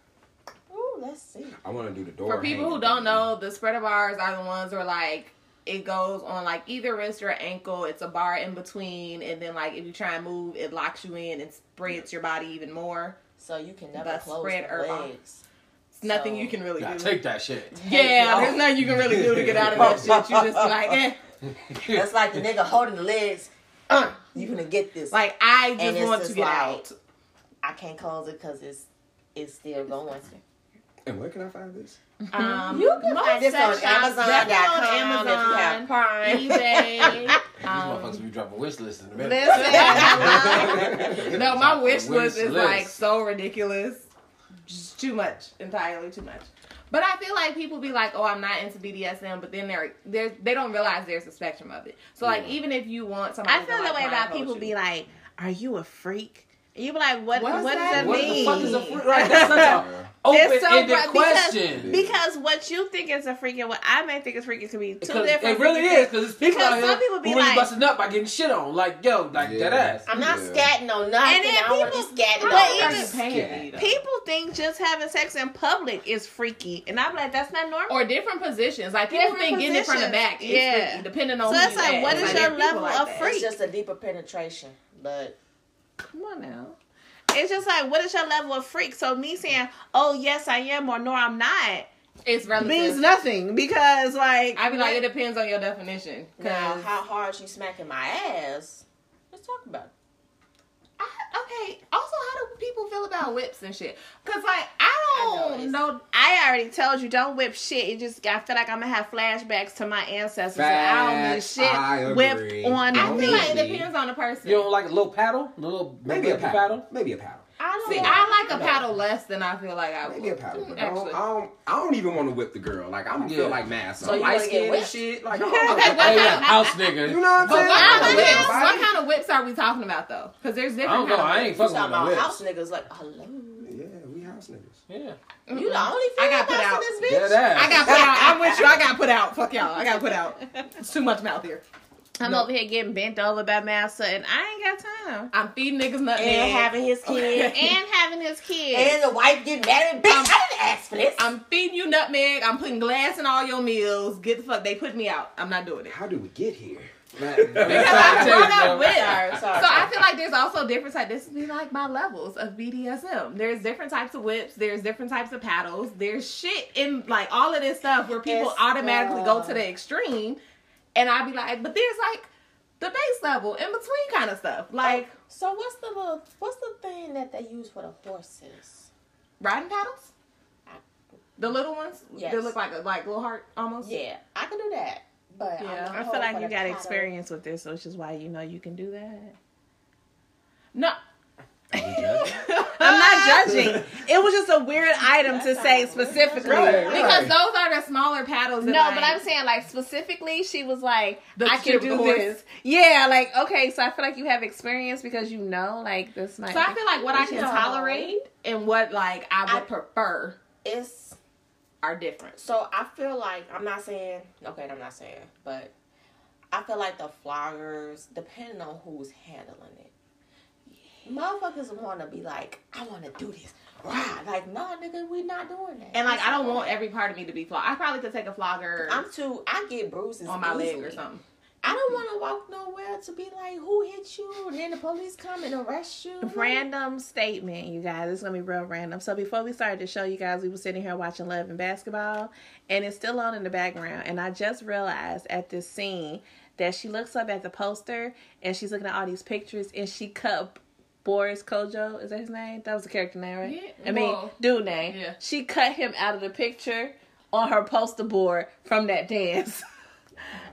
Speaker 9: ooh, let's see.
Speaker 1: I want to do the door.
Speaker 4: For people who
Speaker 1: hanging.
Speaker 4: don't know, the spreader bars are the ones where like it goes on like either wrist or ankle. It's a bar in between, and then like if you try and move, it locks you in and spreads your body even more.
Speaker 9: So you can never
Speaker 4: The
Speaker 9: close
Speaker 4: spread
Speaker 9: your
Speaker 4: herb on.
Speaker 9: legs.
Speaker 4: It's nothing
Speaker 9: So-
Speaker 4: you can really
Speaker 3: Gotta
Speaker 4: do.
Speaker 3: take that shit.
Speaker 4: Yeah,
Speaker 9: Take it
Speaker 4: there's nothing you can really do to get out of that shit. You just be like, eh.
Speaker 9: That's like the nigga holding the legs. Uh, you gonna get this?
Speaker 4: Like I just
Speaker 9: And it's
Speaker 4: want to
Speaker 9: just
Speaker 4: get
Speaker 9: like-
Speaker 4: out.
Speaker 9: I can't close it because it's it's still going.
Speaker 1: And where can I find this?
Speaker 9: mm-hmm.
Speaker 4: Um,
Speaker 9: You can find this on
Speaker 4: sex shops,
Speaker 9: Amazon.com
Speaker 4: definitely
Speaker 9: if you have Prime.
Speaker 4: eBay.
Speaker 3: These motherfuckers be dropping wish lists in the
Speaker 4: um, Listen.
Speaker 3: minute.
Speaker 4: No, my wish
Speaker 3: Wish
Speaker 4: list is like
Speaker 3: list.
Speaker 4: so ridiculous. Just too much, entirely too much. But I feel like people be like, "Oh, I'm not into BDSM," but then they're they they don't realize there's a spectrum of it. So like, even if you want somebody,
Speaker 2: I feel
Speaker 4: to,
Speaker 2: that
Speaker 4: like,
Speaker 2: way
Speaker 4: mind
Speaker 2: about
Speaker 4: hold
Speaker 2: people
Speaker 4: you.
Speaker 2: be like, "Are you a freak?" And you be like, "What?
Speaker 4: What
Speaker 2: What,
Speaker 4: is
Speaker 2: does
Speaker 4: that?
Speaker 2: that
Speaker 3: What the
Speaker 2: mean?"
Speaker 3: fuck is a fruit? Right, that's such
Speaker 1: Uh,
Speaker 3: a
Speaker 2: It's so
Speaker 3: open-ended
Speaker 2: broad- because-
Speaker 3: question.
Speaker 2: Because what you think is a freak and what I may think is freak it could be two
Speaker 3: Because
Speaker 2: different.
Speaker 3: it really
Speaker 2: freaking
Speaker 3: is because it's people
Speaker 2: Because
Speaker 3: out here
Speaker 2: some people be
Speaker 3: who really
Speaker 2: like-
Speaker 3: busting up by getting shit on. Like yo, like
Speaker 1: Yeah.
Speaker 3: that ass.
Speaker 9: I'm not
Speaker 1: Yeah.
Speaker 9: scatting on nothing.
Speaker 2: And then
Speaker 9: I don't want to
Speaker 2: people-
Speaker 9: be scatting
Speaker 4: How
Speaker 2: But
Speaker 9: on
Speaker 4: are you
Speaker 2: even-
Speaker 4: paying me, though?
Speaker 2: People think just having sex in public is freaky, and I'm like, that's not normal.
Speaker 4: or different positions. Like people
Speaker 2: Different
Speaker 4: think getting it from the
Speaker 2: positions.
Speaker 4: back is
Speaker 2: Yeah.
Speaker 4: freaky, depending on
Speaker 2: So
Speaker 4: who
Speaker 2: it's
Speaker 4: you
Speaker 2: like,
Speaker 4: at.
Speaker 2: what
Speaker 9: is
Speaker 4: Like,
Speaker 9: your
Speaker 4: there are people
Speaker 2: level
Speaker 4: like
Speaker 2: of
Speaker 4: that.
Speaker 2: freak?
Speaker 9: It's just a deeper penetration, but
Speaker 2: Come on now. It's just like, what is your level of freak? So me saying, oh yes, I am, or no, I'm not,
Speaker 4: It's relative.
Speaker 2: means nothing because like
Speaker 4: I be like, it depends on your definition.
Speaker 9: now
Speaker 4: Cause
Speaker 9: how hard you smacking my ass? Let's talk about it.
Speaker 4: I, okay. Also, how do people feel about whips and shit? Cause like I
Speaker 9: I know,
Speaker 4: don't
Speaker 9: it's-
Speaker 4: know.
Speaker 2: I already told you, don't whip shit. It just I feel like I'm gonna have flashbacks to my ancestors.
Speaker 1: Facts.
Speaker 2: and I
Speaker 1: I
Speaker 2: don't need shit
Speaker 1: agree.
Speaker 2: whipped on
Speaker 4: I
Speaker 1: Don't
Speaker 2: me.
Speaker 4: feel
Speaker 1: need
Speaker 4: like it
Speaker 1: shit.
Speaker 4: depends on the person.
Speaker 3: You don't like a little paddle, a little
Speaker 1: Maybe a paddle. Maybe a paddle.
Speaker 9: I
Speaker 4: See, I like a paddle less than I feel like I would.
Speaker 1: Maybe a paddle. But I,
Speaker 4: Actually.
Speaker 1: don't, I, don't, I don't even want to whip the girl. Like I'm gonna
Speaker 3: Yeah.
Speaker 1: feel like mass.
Speaker 9: So
Speaker 1: So
Speaker 9: you
Speaker 1: light
Speaker 9: wanna get
Speaker 1: skin and
Speaker 9: whipped?
Speaker 1: shit. Like I don't wanna
Speaker 4: Okay,
Speaker 1: whip
Speaker 4: what
Speaker 1: nobody.
Speaker 4: kind
Speaker 3: Hey,
Speaker 4: of-
Speaker 3: house nigga.
Speaker 1: You know what I'm
Speaker 4: But
Speaker 1: saying? I
Speaker 4: what kind,
Speaker 1: don't
Speaker 4: of
Speaker 1: whip
Speaker 4: whips, what
Speaker 1: nobody.
Speaker 4: kind of whips are we talking about though? Because there's
Speaker 3: I don't
Speaker 4: different
Speaker 3: know.
Speaker 4: kind
Speaker 3: I
Speaker 4: of
Speaker 3: ain't
Speaker 4: whips.
Speaker 9: You
Speaker 3: fucking
Speaker 9: talking
Speaker 3: with no
Speaker 9: about house
Speaker 3: whips.
Speaker 9: niggas like hello.
Speaker 1: Yeah, we house niggas.
Speaker 3: Yeah,
Speaker 9: You the only
Speaker 4: I
Speaker 9: female
Speaker 4: got put
Speaker 9: boss in
Speaker 4: out.
Speaker 9: this bitch.
Speaker 3: that ass.
Speaker 4: I got put out. I'm with you. I got put out. Fuck y'all. I got put out. It's too much mouth here.
Speaker 2: I'm over here getting bent over by massa, and I ain't got time.
Speaker 4: I'm feeding niggas nothing.
Speaker 9: And having his kid.
Speaker 2: And having his kids.
Speaker 9: and the wife getting mad at bitch. I didn't ask for this.
Speaker 4: I'm feeding you nutmeg. I'm putting glass in all your meals. Get the fuck. They put me out. I'm not doing it.
Speaker 1: How do we get here?
Speaker 3: That's
Speaker 4: Because
Speaker 3: how
Speaker 4: I
Speaker 3: it
Speaker 4: brought
Speaker 3: takes,
Speaker 4: up
Speaker 3: bro.
Speaker 4: whips.
Speaker 9: sorry,
Speaker 4: So I feel like there's there's also different types. This would be like my levels of BDSM. There's different types of whips. There's different types of paddles. There's shit in like all of this stuff where people
Speaker 9: It's,
Speaker 4: automatically
Speaker 9: uh,
Speaker 4: go to the extreme, and I'd be like, but there's like the base level in between kind of stuff, like
Speaker 9: So what's the little what's the thing that they use for the horses?
Speaker 4: riding paddles, the little ones.
Speaker 9: Yes.
Speaker 4: They look like a like little heart almost.
Speaker 9: Yeah, I can do that. But
Speaker 4: Yeah.
Speaker 9: I'm
Speaker 4: I
Speaker 2: Oh, I feel like you got experience with this, which is why you know you can do that.
Speaker 4: No.
Speaker 2: I'm not judging. It was just a weird item to say specifically.
Speaker 4: Because those are the smaller paddles. that,
Speaker 2: No,
Speaker 4: like-
Speaker 2: but I'm saying like specifically, she was like,
Speaker 4: The
Speaker 2: I
Speaker 4: shit
Speaker 2: can
Speaker 4: with the
Speaker 2: do
Speaker 4: horse.
Speaker 2: this. Yeah, like okay, so I feel like you have experience because you know, like this might.
Speaker 4: So I feel like what I can
Speaker 9: No.
Speaker 4: tolerate and what like I would
Speaker 9: I-
Speaker 4: prefer
Speaker 9: It's
Speaker 4: are different.
Speaker 9: so I feel like I'm not saying okay, I'm not saying, but I feel like the flyers, depending on who's handling it, motherfuckers want to be like, I want to do this. Right? Like, no, nigga, we not doing that.
Speaker 4: And like I don't want every part of me to be flogged. I probably could take a flogger
Speaker 9: I'm too. I get bruises
Speaker 4: on my leg
Speaker 9: easily.
Speaker 4: or something.
Speaker 9: I don't want to walk nowhere to be like, who hit you? And then the police come and arrest you.
Speaker 2: Random statement, you guys. It's gonna be real random. So before we started the show, you guys, we were sitting here watching Love and Basketball, and it's still on in the background. And I just realized at this scene that she looks up at the poster and she's looking at all these pictures, and she cut Boris Kojo. Is that his name? That was the character name, right?
Speaker 4: Yeah.
Speaker 2: I mean,
Speaker 4: Well,
Speaker 2: dude name.
Speaker 4: yeah.
Speaker 2: She cut him out of the picture on her poster board from that dance.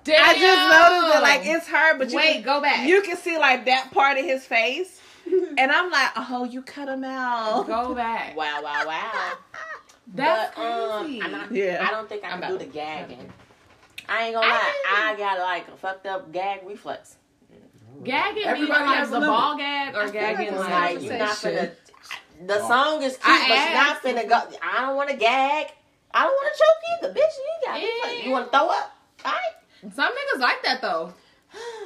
Speaker 2: I just noticed it. Like it's her, but you
Speaker 4: Wait,
Speaker 2: can,
Speaker 4: go back.
Speaker 2: You can see like that part of his face, and I'm like, oh, you cut him out.
Speaker 4: go back.
Speaker 9: Wow, wow, wow.
Speaker 4: That's
Speaker 9: But, um,
Speaker 4: crazy.
Speaker 9: I'm not-
Speaker 2: Yeah.
Speaker 9: I don't think I
Speaker 4: I'm
Speaker 9: can do
Speaker 4: about
Speaker 9: the
Speaker 4: to-
Speaker 9: gagging. I ain't gonna
Speaker 4: I
Speaker 9: lie.
Speaker 4: didn't-
Speaker 9: I got like a fucked up gag reflex.
Speaker 4: gagging
Speaker 1: Everybody
Speaker 4: Everybody like
Speaker 1: has a
Speaker 4: the
Speaker 1: limit.
Speaker 4: ball gag or gagging
Speaker 9: It's
Speaker 4: like,
Speaker 9: like you not finna. The
Speaker 1: Oh.
Speaker 9: song is cute,
Speaker 4: I
Speaker 9: but you not finna go. I don't want to gag. I don't want to choke either, bitch. You got me.
Speaker 4: Yeah.
Speaker 9: You want to throw up? All right.
Speaker 4: Some niggas like that though.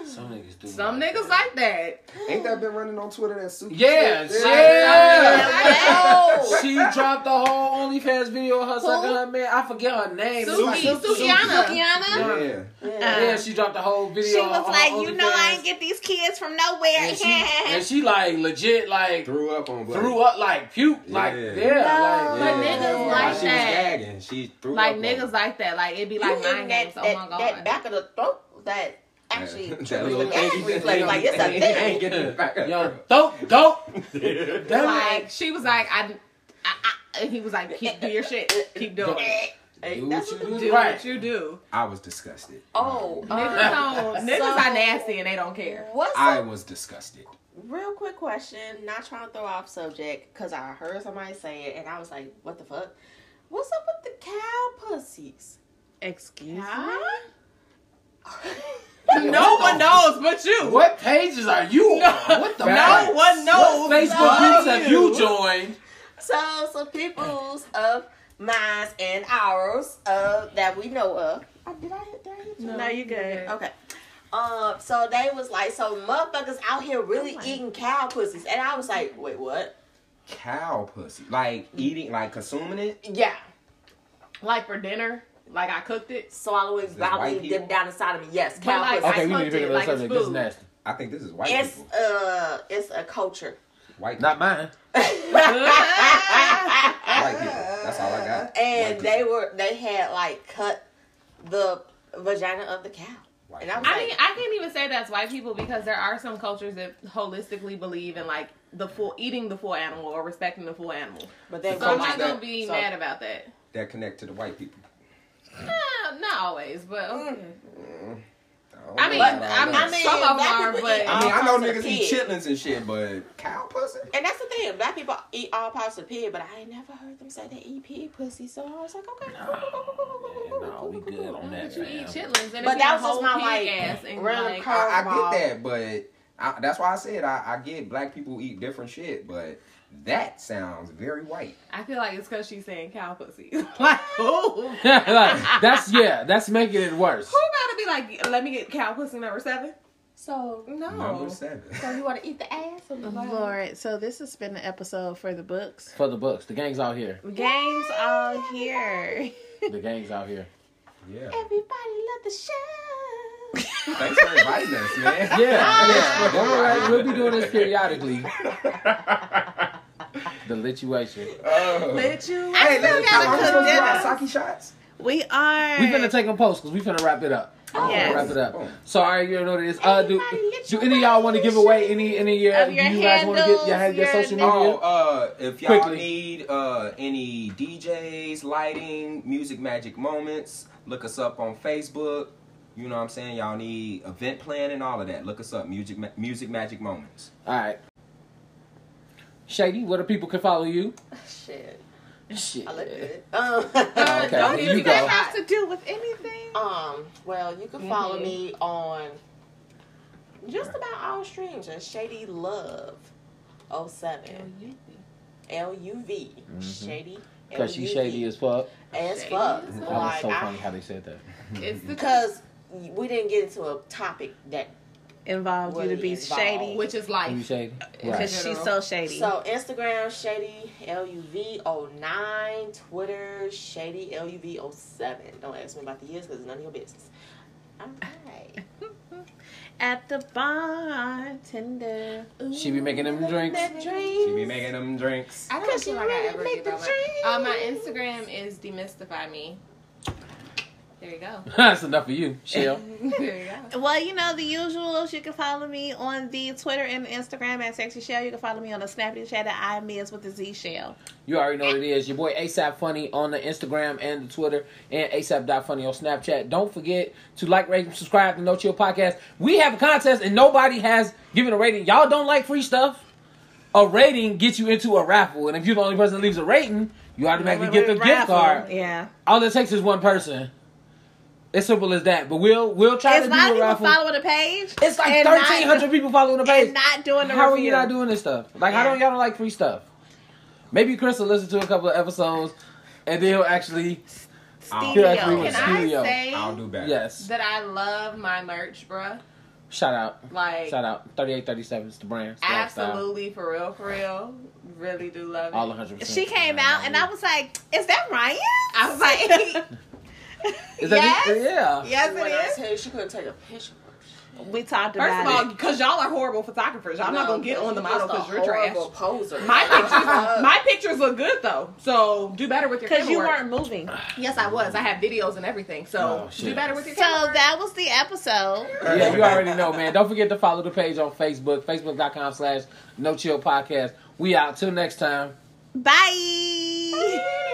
Speaker 3: Some niggas do.
Speaker 4: Some niggas like that.
Speaker 1: Ain't that been running on Twitter? That super.
Speaker 3: Yeah,
Speaker 1: shit?
Speaker 3: yeah.
Speaker 9: Oh.
Speaker 3: She dropped the whole OnlyFans video of her sucking her man. I forget her name. It's like-
Speaker 4: Suki, Sukiana.
Speaker 2: Kiana,
Speaker 1: Yeah.
Speaker 3: Yeah, she dropped the whole video.
Speaker 2: she was
Speaker 3: on
Speaker 2: like,
Speaker 3: her
Speaker 2: you know, I
Speaker 3: OnlyFans."
Speaker 2: ain't get these kids from nowhere.
Speaker 3: And she, and she like legit like threw,
Speaker 1: Threw up on. Blake.
Speaker 3: up like puke like
Speaker 1: Yeah.
Speaker 3: yeah
Speaker 1: Yeah.
Speaker 4: But
Speaker 3: like
Speaker 4: niggas
Speaker 1: While
Speaker 4: like
Speaker 1: she
Speaker 4: that.
Speaker 1: was gagging. She threw
Speaker 4: Like
Speaker 1: up on.
Speaker 4: niggas like that. Like it'd be
Speaker 9: You
Speaker 4: like my
Speaker 9: hitting
Speaker 4: names.
Speaker 9: that,
Speaker 4: Oh my
Speaker 9: that, that
Speaker 4: god.
Speaker 9: back of the throat that actually
Speaker 1: That
Speaker 9: triggers the
Speaker 1: little
Speaker 9: gag
Speaker 1: thing.
Speaker 9: reflex. Like it's a
Speaker 1: Ain't
Speaker 9: thing.
Speaker 1: getting it back up.
Speaker 3: yo dope dope. Damn it.
Speaker 4: Like she was like I, I, I and he was like keep do your shit. Keep doing it.
Speaker 9: Hey,
Speaker 3: Do
Speaker 9: that's
Speaker 3: what
Speaker 9: what
Speaker 3: you
Speaker 9: the-
Speaker 3: do.
Speaker 4: Do
Speaker 3: Right.
Speaker 4: what you do.
Speaker 1: I was disgusted.
Speaker 9: Oh,
Speaker 4: Niggas,
Speaker 9: uh,
Speaker 4: don't, niggas
Speaker 9: So-
Speaker 4: are nasty and they don't care.
Speaker 9: what's
Speaker 1: I
Speaker 9: up?
Speaker 1: was disgusted.
Speaker 9: Real quick question. Not trying to throw off subject because I heard somebody say it and I was like, what the fuck? What's up with the cow pussies?
Speaker 2: Excuse me.
Speaker 4: No one knows but you.
Speaker 3: What pages are you on? What the
Speaker 4: No one knows.
Speaker 3: What Facebook groups have you joined?
Speaker 9: So, some people's of mine and ours of that we know of. Oh, did I hit? Did I hit you?
Speaker 2: No, you good.
Speaker 9: Okay. Um, so they was like, so motherfuckers out here really
Speaker 4: Oh
Speaker 9: eating cow pussies, and I was like, wait, what?
Speaker 1: Cow pussy. Like eating, like consuming it.
Speaker 9: Yeah,
Speaker 4: Like for dinner, like I cooked it.
Speaker 9: swallowing
Speaker 1: it white
Speaker 9: probably
Speaker 1: people?
Speaker 9: dipped down inside of me. Yes,
Speaker 4: But
Speaker 9: cow
Speaker 4: like,
Speaker 9: pussy.
Speaker 4: I cooked it like it's food.
Speaker 1: I think this is white
Speaker 9: It's
Speaker 1: people.
Speaker 9: uh, it's a culture.
Speaker 1: White
Speaker 3: Not
Speaker 1: people.
Speaker 3: mine.
Speaker 1: white people. That's all I got.
Speaker 9: and
Speaker 1: White
Speaker 9: they were they had like cut the vagina of the cow.
Speaker 1: people. White
Speaker 9: and I
Speaker 1: people.
Speaker 9: was-
Speaker 4: I mean, I can't even say that's white people because there are some cultures that holistically believe in like the full eating the full animal or respecting the full animal.
Speaker 9: But they
Speaker 4: So I'm
Speaker 1: Cultures
Speaker 4: not gonna
Speaker 1: that-
Speaker 4: be
Speaker 9: so-
Speaker 4: mad about that.
Speaker 1: that connect to the white people.
Speaker 4: Nah, not always, but oh, okay.
Speaker 1: don't
Speaker 4: I
Speaker 1: know
Speaker 4: mean,
Speaker 1: about all
Speaker 4: I
Speaker 1: that.
Speaker 4: mean, some of them
Speaker 9: black
Speaker 4: are,
Speaker 9: people
Speaker 4: but
Speaker 9: eat
Speaker 1: I mean,
Speaker 9: all
Speaker 1: I know
Speaker 9: types
Speaker 1: niggas
Speaker 9: of
Speaker 1: eat
Speaker 9: pig.
Speaker 1: chitlins and shit, but cow pussy.
Speaker 9: And that's the thing, black people eat all parts of pig, but I ain't never heard them say they eat pig pussy. So I was like, okay, cool, cool, cool, cool, cool, cool, cool,
Speaker 3: no,
Speaker 9: cool,
Speaker 3: we
Speaker 9: cool,
Speaker 3: good
Speaker 9: cool.
Speaker 3: on that,
Speaker 4: you eat
Speaker 3: fam.
Speaker 4: chitlins and
Speaker 9: But
Speaker 4: it be
Speaker 9: that
Speaker 4: a
Speaker 9: was just
Speaker 4: whole
Speaker 9: my,
Speaker 4: pig
Speaker 9: like,
Speaker 4: ass and
Speaker 9: random
Speaker 4: like,
Speaker 9: cur-
Speaker 1: I,
Speaker 9: Curveball.
Speaker 1: I get that, but I, that's why I said I, I get black people eat different shit, but that sounds very white.
Speaker 4: I feel like it's because she's saying cow pussy. like, who? Who
Speaker 3: like that's yeah, that's making it worse.
Speaker 4: about to be like, let me get cow pussy number seven?
Speaker 9: So
Speaker 4: No.
Speaker 2: Oh.
Speaker 1: Number seven.
Speaker 9: so you want to eat the ass of the black?
Speaker 2: Lord, so this has been an episode for the books.
Speaker 3: For the books, the gang's out here.
Speaker 2: Games all here.
Speaker 3: The gang's out here.
Speaker 1: Yeah.
Speaker 9: Everybody love the show.
Speaker 1: Thanks for inviting us, man.
Speaker 3: Yeah,
Speaker 4: Ah!
Speaker 3: yeah. Don't worry, we'll be doing this periodically. The lituation.
Speaker 1: Oh.
Speaker 2: you?
Speaker 1: Hey,
Speaker 2: I still
Speaker 1: let me know. Are we
Speaker 2: gotta
Speaker 1: supposed
Speaker 2: cook
Speaker 1: to do
Speaker 2: dinner.
Speaker 1: our sake shots?
Speaker 2: We are.
Speaker 3: We finna take them post because we finna wrap it up. We finna
Speaker 2: Yes.
Speaker 3: Wrap it up.
Speaker 1: Oh.
Speaker 3: Sorry, you don't know this. Uh, do
Speaker 9: Everybody let
Speaker 3: do
Speaker 9: your
Speaker 3: any of y'all want to give away any any of your?
Speaker 2: Of
Speaker 3: do
Speaker 2: your
Speaker 3: you guys wanna give your,
Speaker 2: handles,
Speaker 3: your
Speaker 2: your
Speaker 3: social media?
Speaker 2: name.
Speaker 1: Oh, uh, if y'all
Speaker 3: Quickly.
Speaker 1: need uh, any DJs, lighting, music, magic moments, look us up on Facebook. You know what I'm saying? Y'all need event planning, all of that. Look us up, music, ma- music, magic moments.
Speaker 3: All right. Shady, where the people can follow you?
Speaker 9: Shit.
Speaker 3: Shit.
Speaker 9: I look good. Um,
Speaker 3: Oh, okay.
Speaker 9: Don't
Speaker 3: you
Speaker 9: even
Speaker 3: go.
Speaker 2: That has to do with anything.
Speaker 3: Ah,
Speaker 9: um, well, you
Speaker 4: Mm-hmm.
Speaker 9: can follow me on just about all streams at Shady Love 07. L U V. Shady.
Speaker 3: Because she's Mm-hmm. shady as fuck.
Speaker 9: as
Speaker 4: Shady
Speaker 9: fuck.
Speaker 4: as
Speaker 3: That was
Speaker 9: Like,
Speaker 3: so funny
Speaker 9: I-
Speaker 3: how they said that.
Speaker 4: It's the
Speaker 9: because we didn't get into a topic that
Speaker 2: Involved you to be
Speaker 9: Really involved.
Speaker 2: shady.
Speaker 4: which is
Speaker 3: Are you
Speaker 4: life.
Speaker 3: shady?
Speaker 2: Because
Speaker 3: Right.
Speaker 4: Right.
Speaker 2: she's so shady.
Speaker 9: So Instagram shady luv09, Twitter shady luv07. Don't ask me about the years because it's none of your business. All right.
Speaker 2: At the bartender.
Speaker 3: She be making them drinks.
Speaker 9: That
Speaker 1: She
Speaker 9: dream.
Speaker 1: be making them drinks.
Speaker 4: I don't feel like I ever give out my. Uh, my Instagram is demystify me. There you go.
Speaker 3: That's enough of you, Shell.
Speaker 4: there you go.
Speaker 2: Well, you know the usuals. You can follow me on the Twitter and Instagram at Sexy Shell. You can follow me on the Snapchat at I Miz with the Z Shell.
Speaker 3: You already know what it is. Your boy ASAP Funny on the Instagram and the Twitter and ASAP.funny on Snapchat. Don't forget to like, rate, and subscribe to No Chill Podcast. We have a contest and nobody has given a rating. Y'all don't like free stuff? A rating gets you into a raffle. And if you're the only person that leaves a rating, you automatically get the gift
Speaker 2: Raffle.
Speaker 3: card.
Speaker 2: Yeah.
Speaker 3: All it takes is one person. It's simple as that. But we'll we'll try
Speaker 2: It's
Speaker 3: to
Speaker 2: a
Speaker 3: do
Speaker 2: lot of
Speaker 3: a
Speaker 2: people
Speaker 3: raffle.
Speaker 2: following the page.
Speaker 3: it's like
Speaker 2: and not-
Speaker 3: thirteen hundred people following the page.
Speaker 2: And not doing the
Speaker 3: How are
Speaker 2: review.
Speaker 3: you not doing this stuff? Like, how
Speaker 2: Yeah.
Speaker 3: don't y'all don't like free stuff? Maybe Chris will listen to a couple of episodes, and then he'll actually
Speaker 1: I'll,
Speaker 3: he'll
Speaker 2: Studio.
Speaker 3: actually
Speaker 4: Can
Speaker 3: want
Speaker 4: I
Speaker 3: studio.
Speaker 4: say
Speaker 1: I'll do better.
Speaker 3: Yes,
Speaker 4: that I love my merch, bruh?
Speaker 3: shout out,
Speaker 4: Like,
Speaker 3: shout out. Thirty-eight, thirty-seven is the brand. It's the lifestyle.
Speaker 4: absolutely for real, for real. Really do love it.
Speaker 3: all one hundred percent.
Speaker 2: She came out and I was like, "Is that Ryan?"
Speaker 4: I was like,
Speaker 3: Is that
Speaker 2: yes.
Speaker 3: it? Yeah.
Speaker 2: Yes,
Speaker 9: When I
Speaker 2: it
Speaker 9: tell you she couldn't take a picture.
Speaker 2: is. We talked
Speaker 4: first
Speaker 2: about
Speaker 4: of all, because y'all are horrible photographers, y'all not
Speaker 9: No,
Speaker 4: gonna get on the
Speaker 9: you're just
Speaker 4: model
Speaker 9: a
Speaker 4: because you're trash.
Speaker 9: horrible Poser.
Speaker 4: My pictures,
Speaker 9: Uh,
Speaker 4: my pictures look good though, so do better with your
Speaker 2: because
Speaker 4: camera
Speaker 2: you
Speaker 4: work.
Speaker 2: weren't moving.
Speaker 4: Yes, I was. I have videos and everything,
Speaker 3: Oh,
Speaker 4: so do
Speaker 3: shit.
Speaker 4: better with your
Speaker 2: So
Speaker 4: camera work.
Speaker 2: that was the episode.
Speaker 3: yeah, you already know, man. Don't forget to follow the page on Facebook, facebook.com slash no chill podcast. We out. Till next time.
Speaker 2: Bye.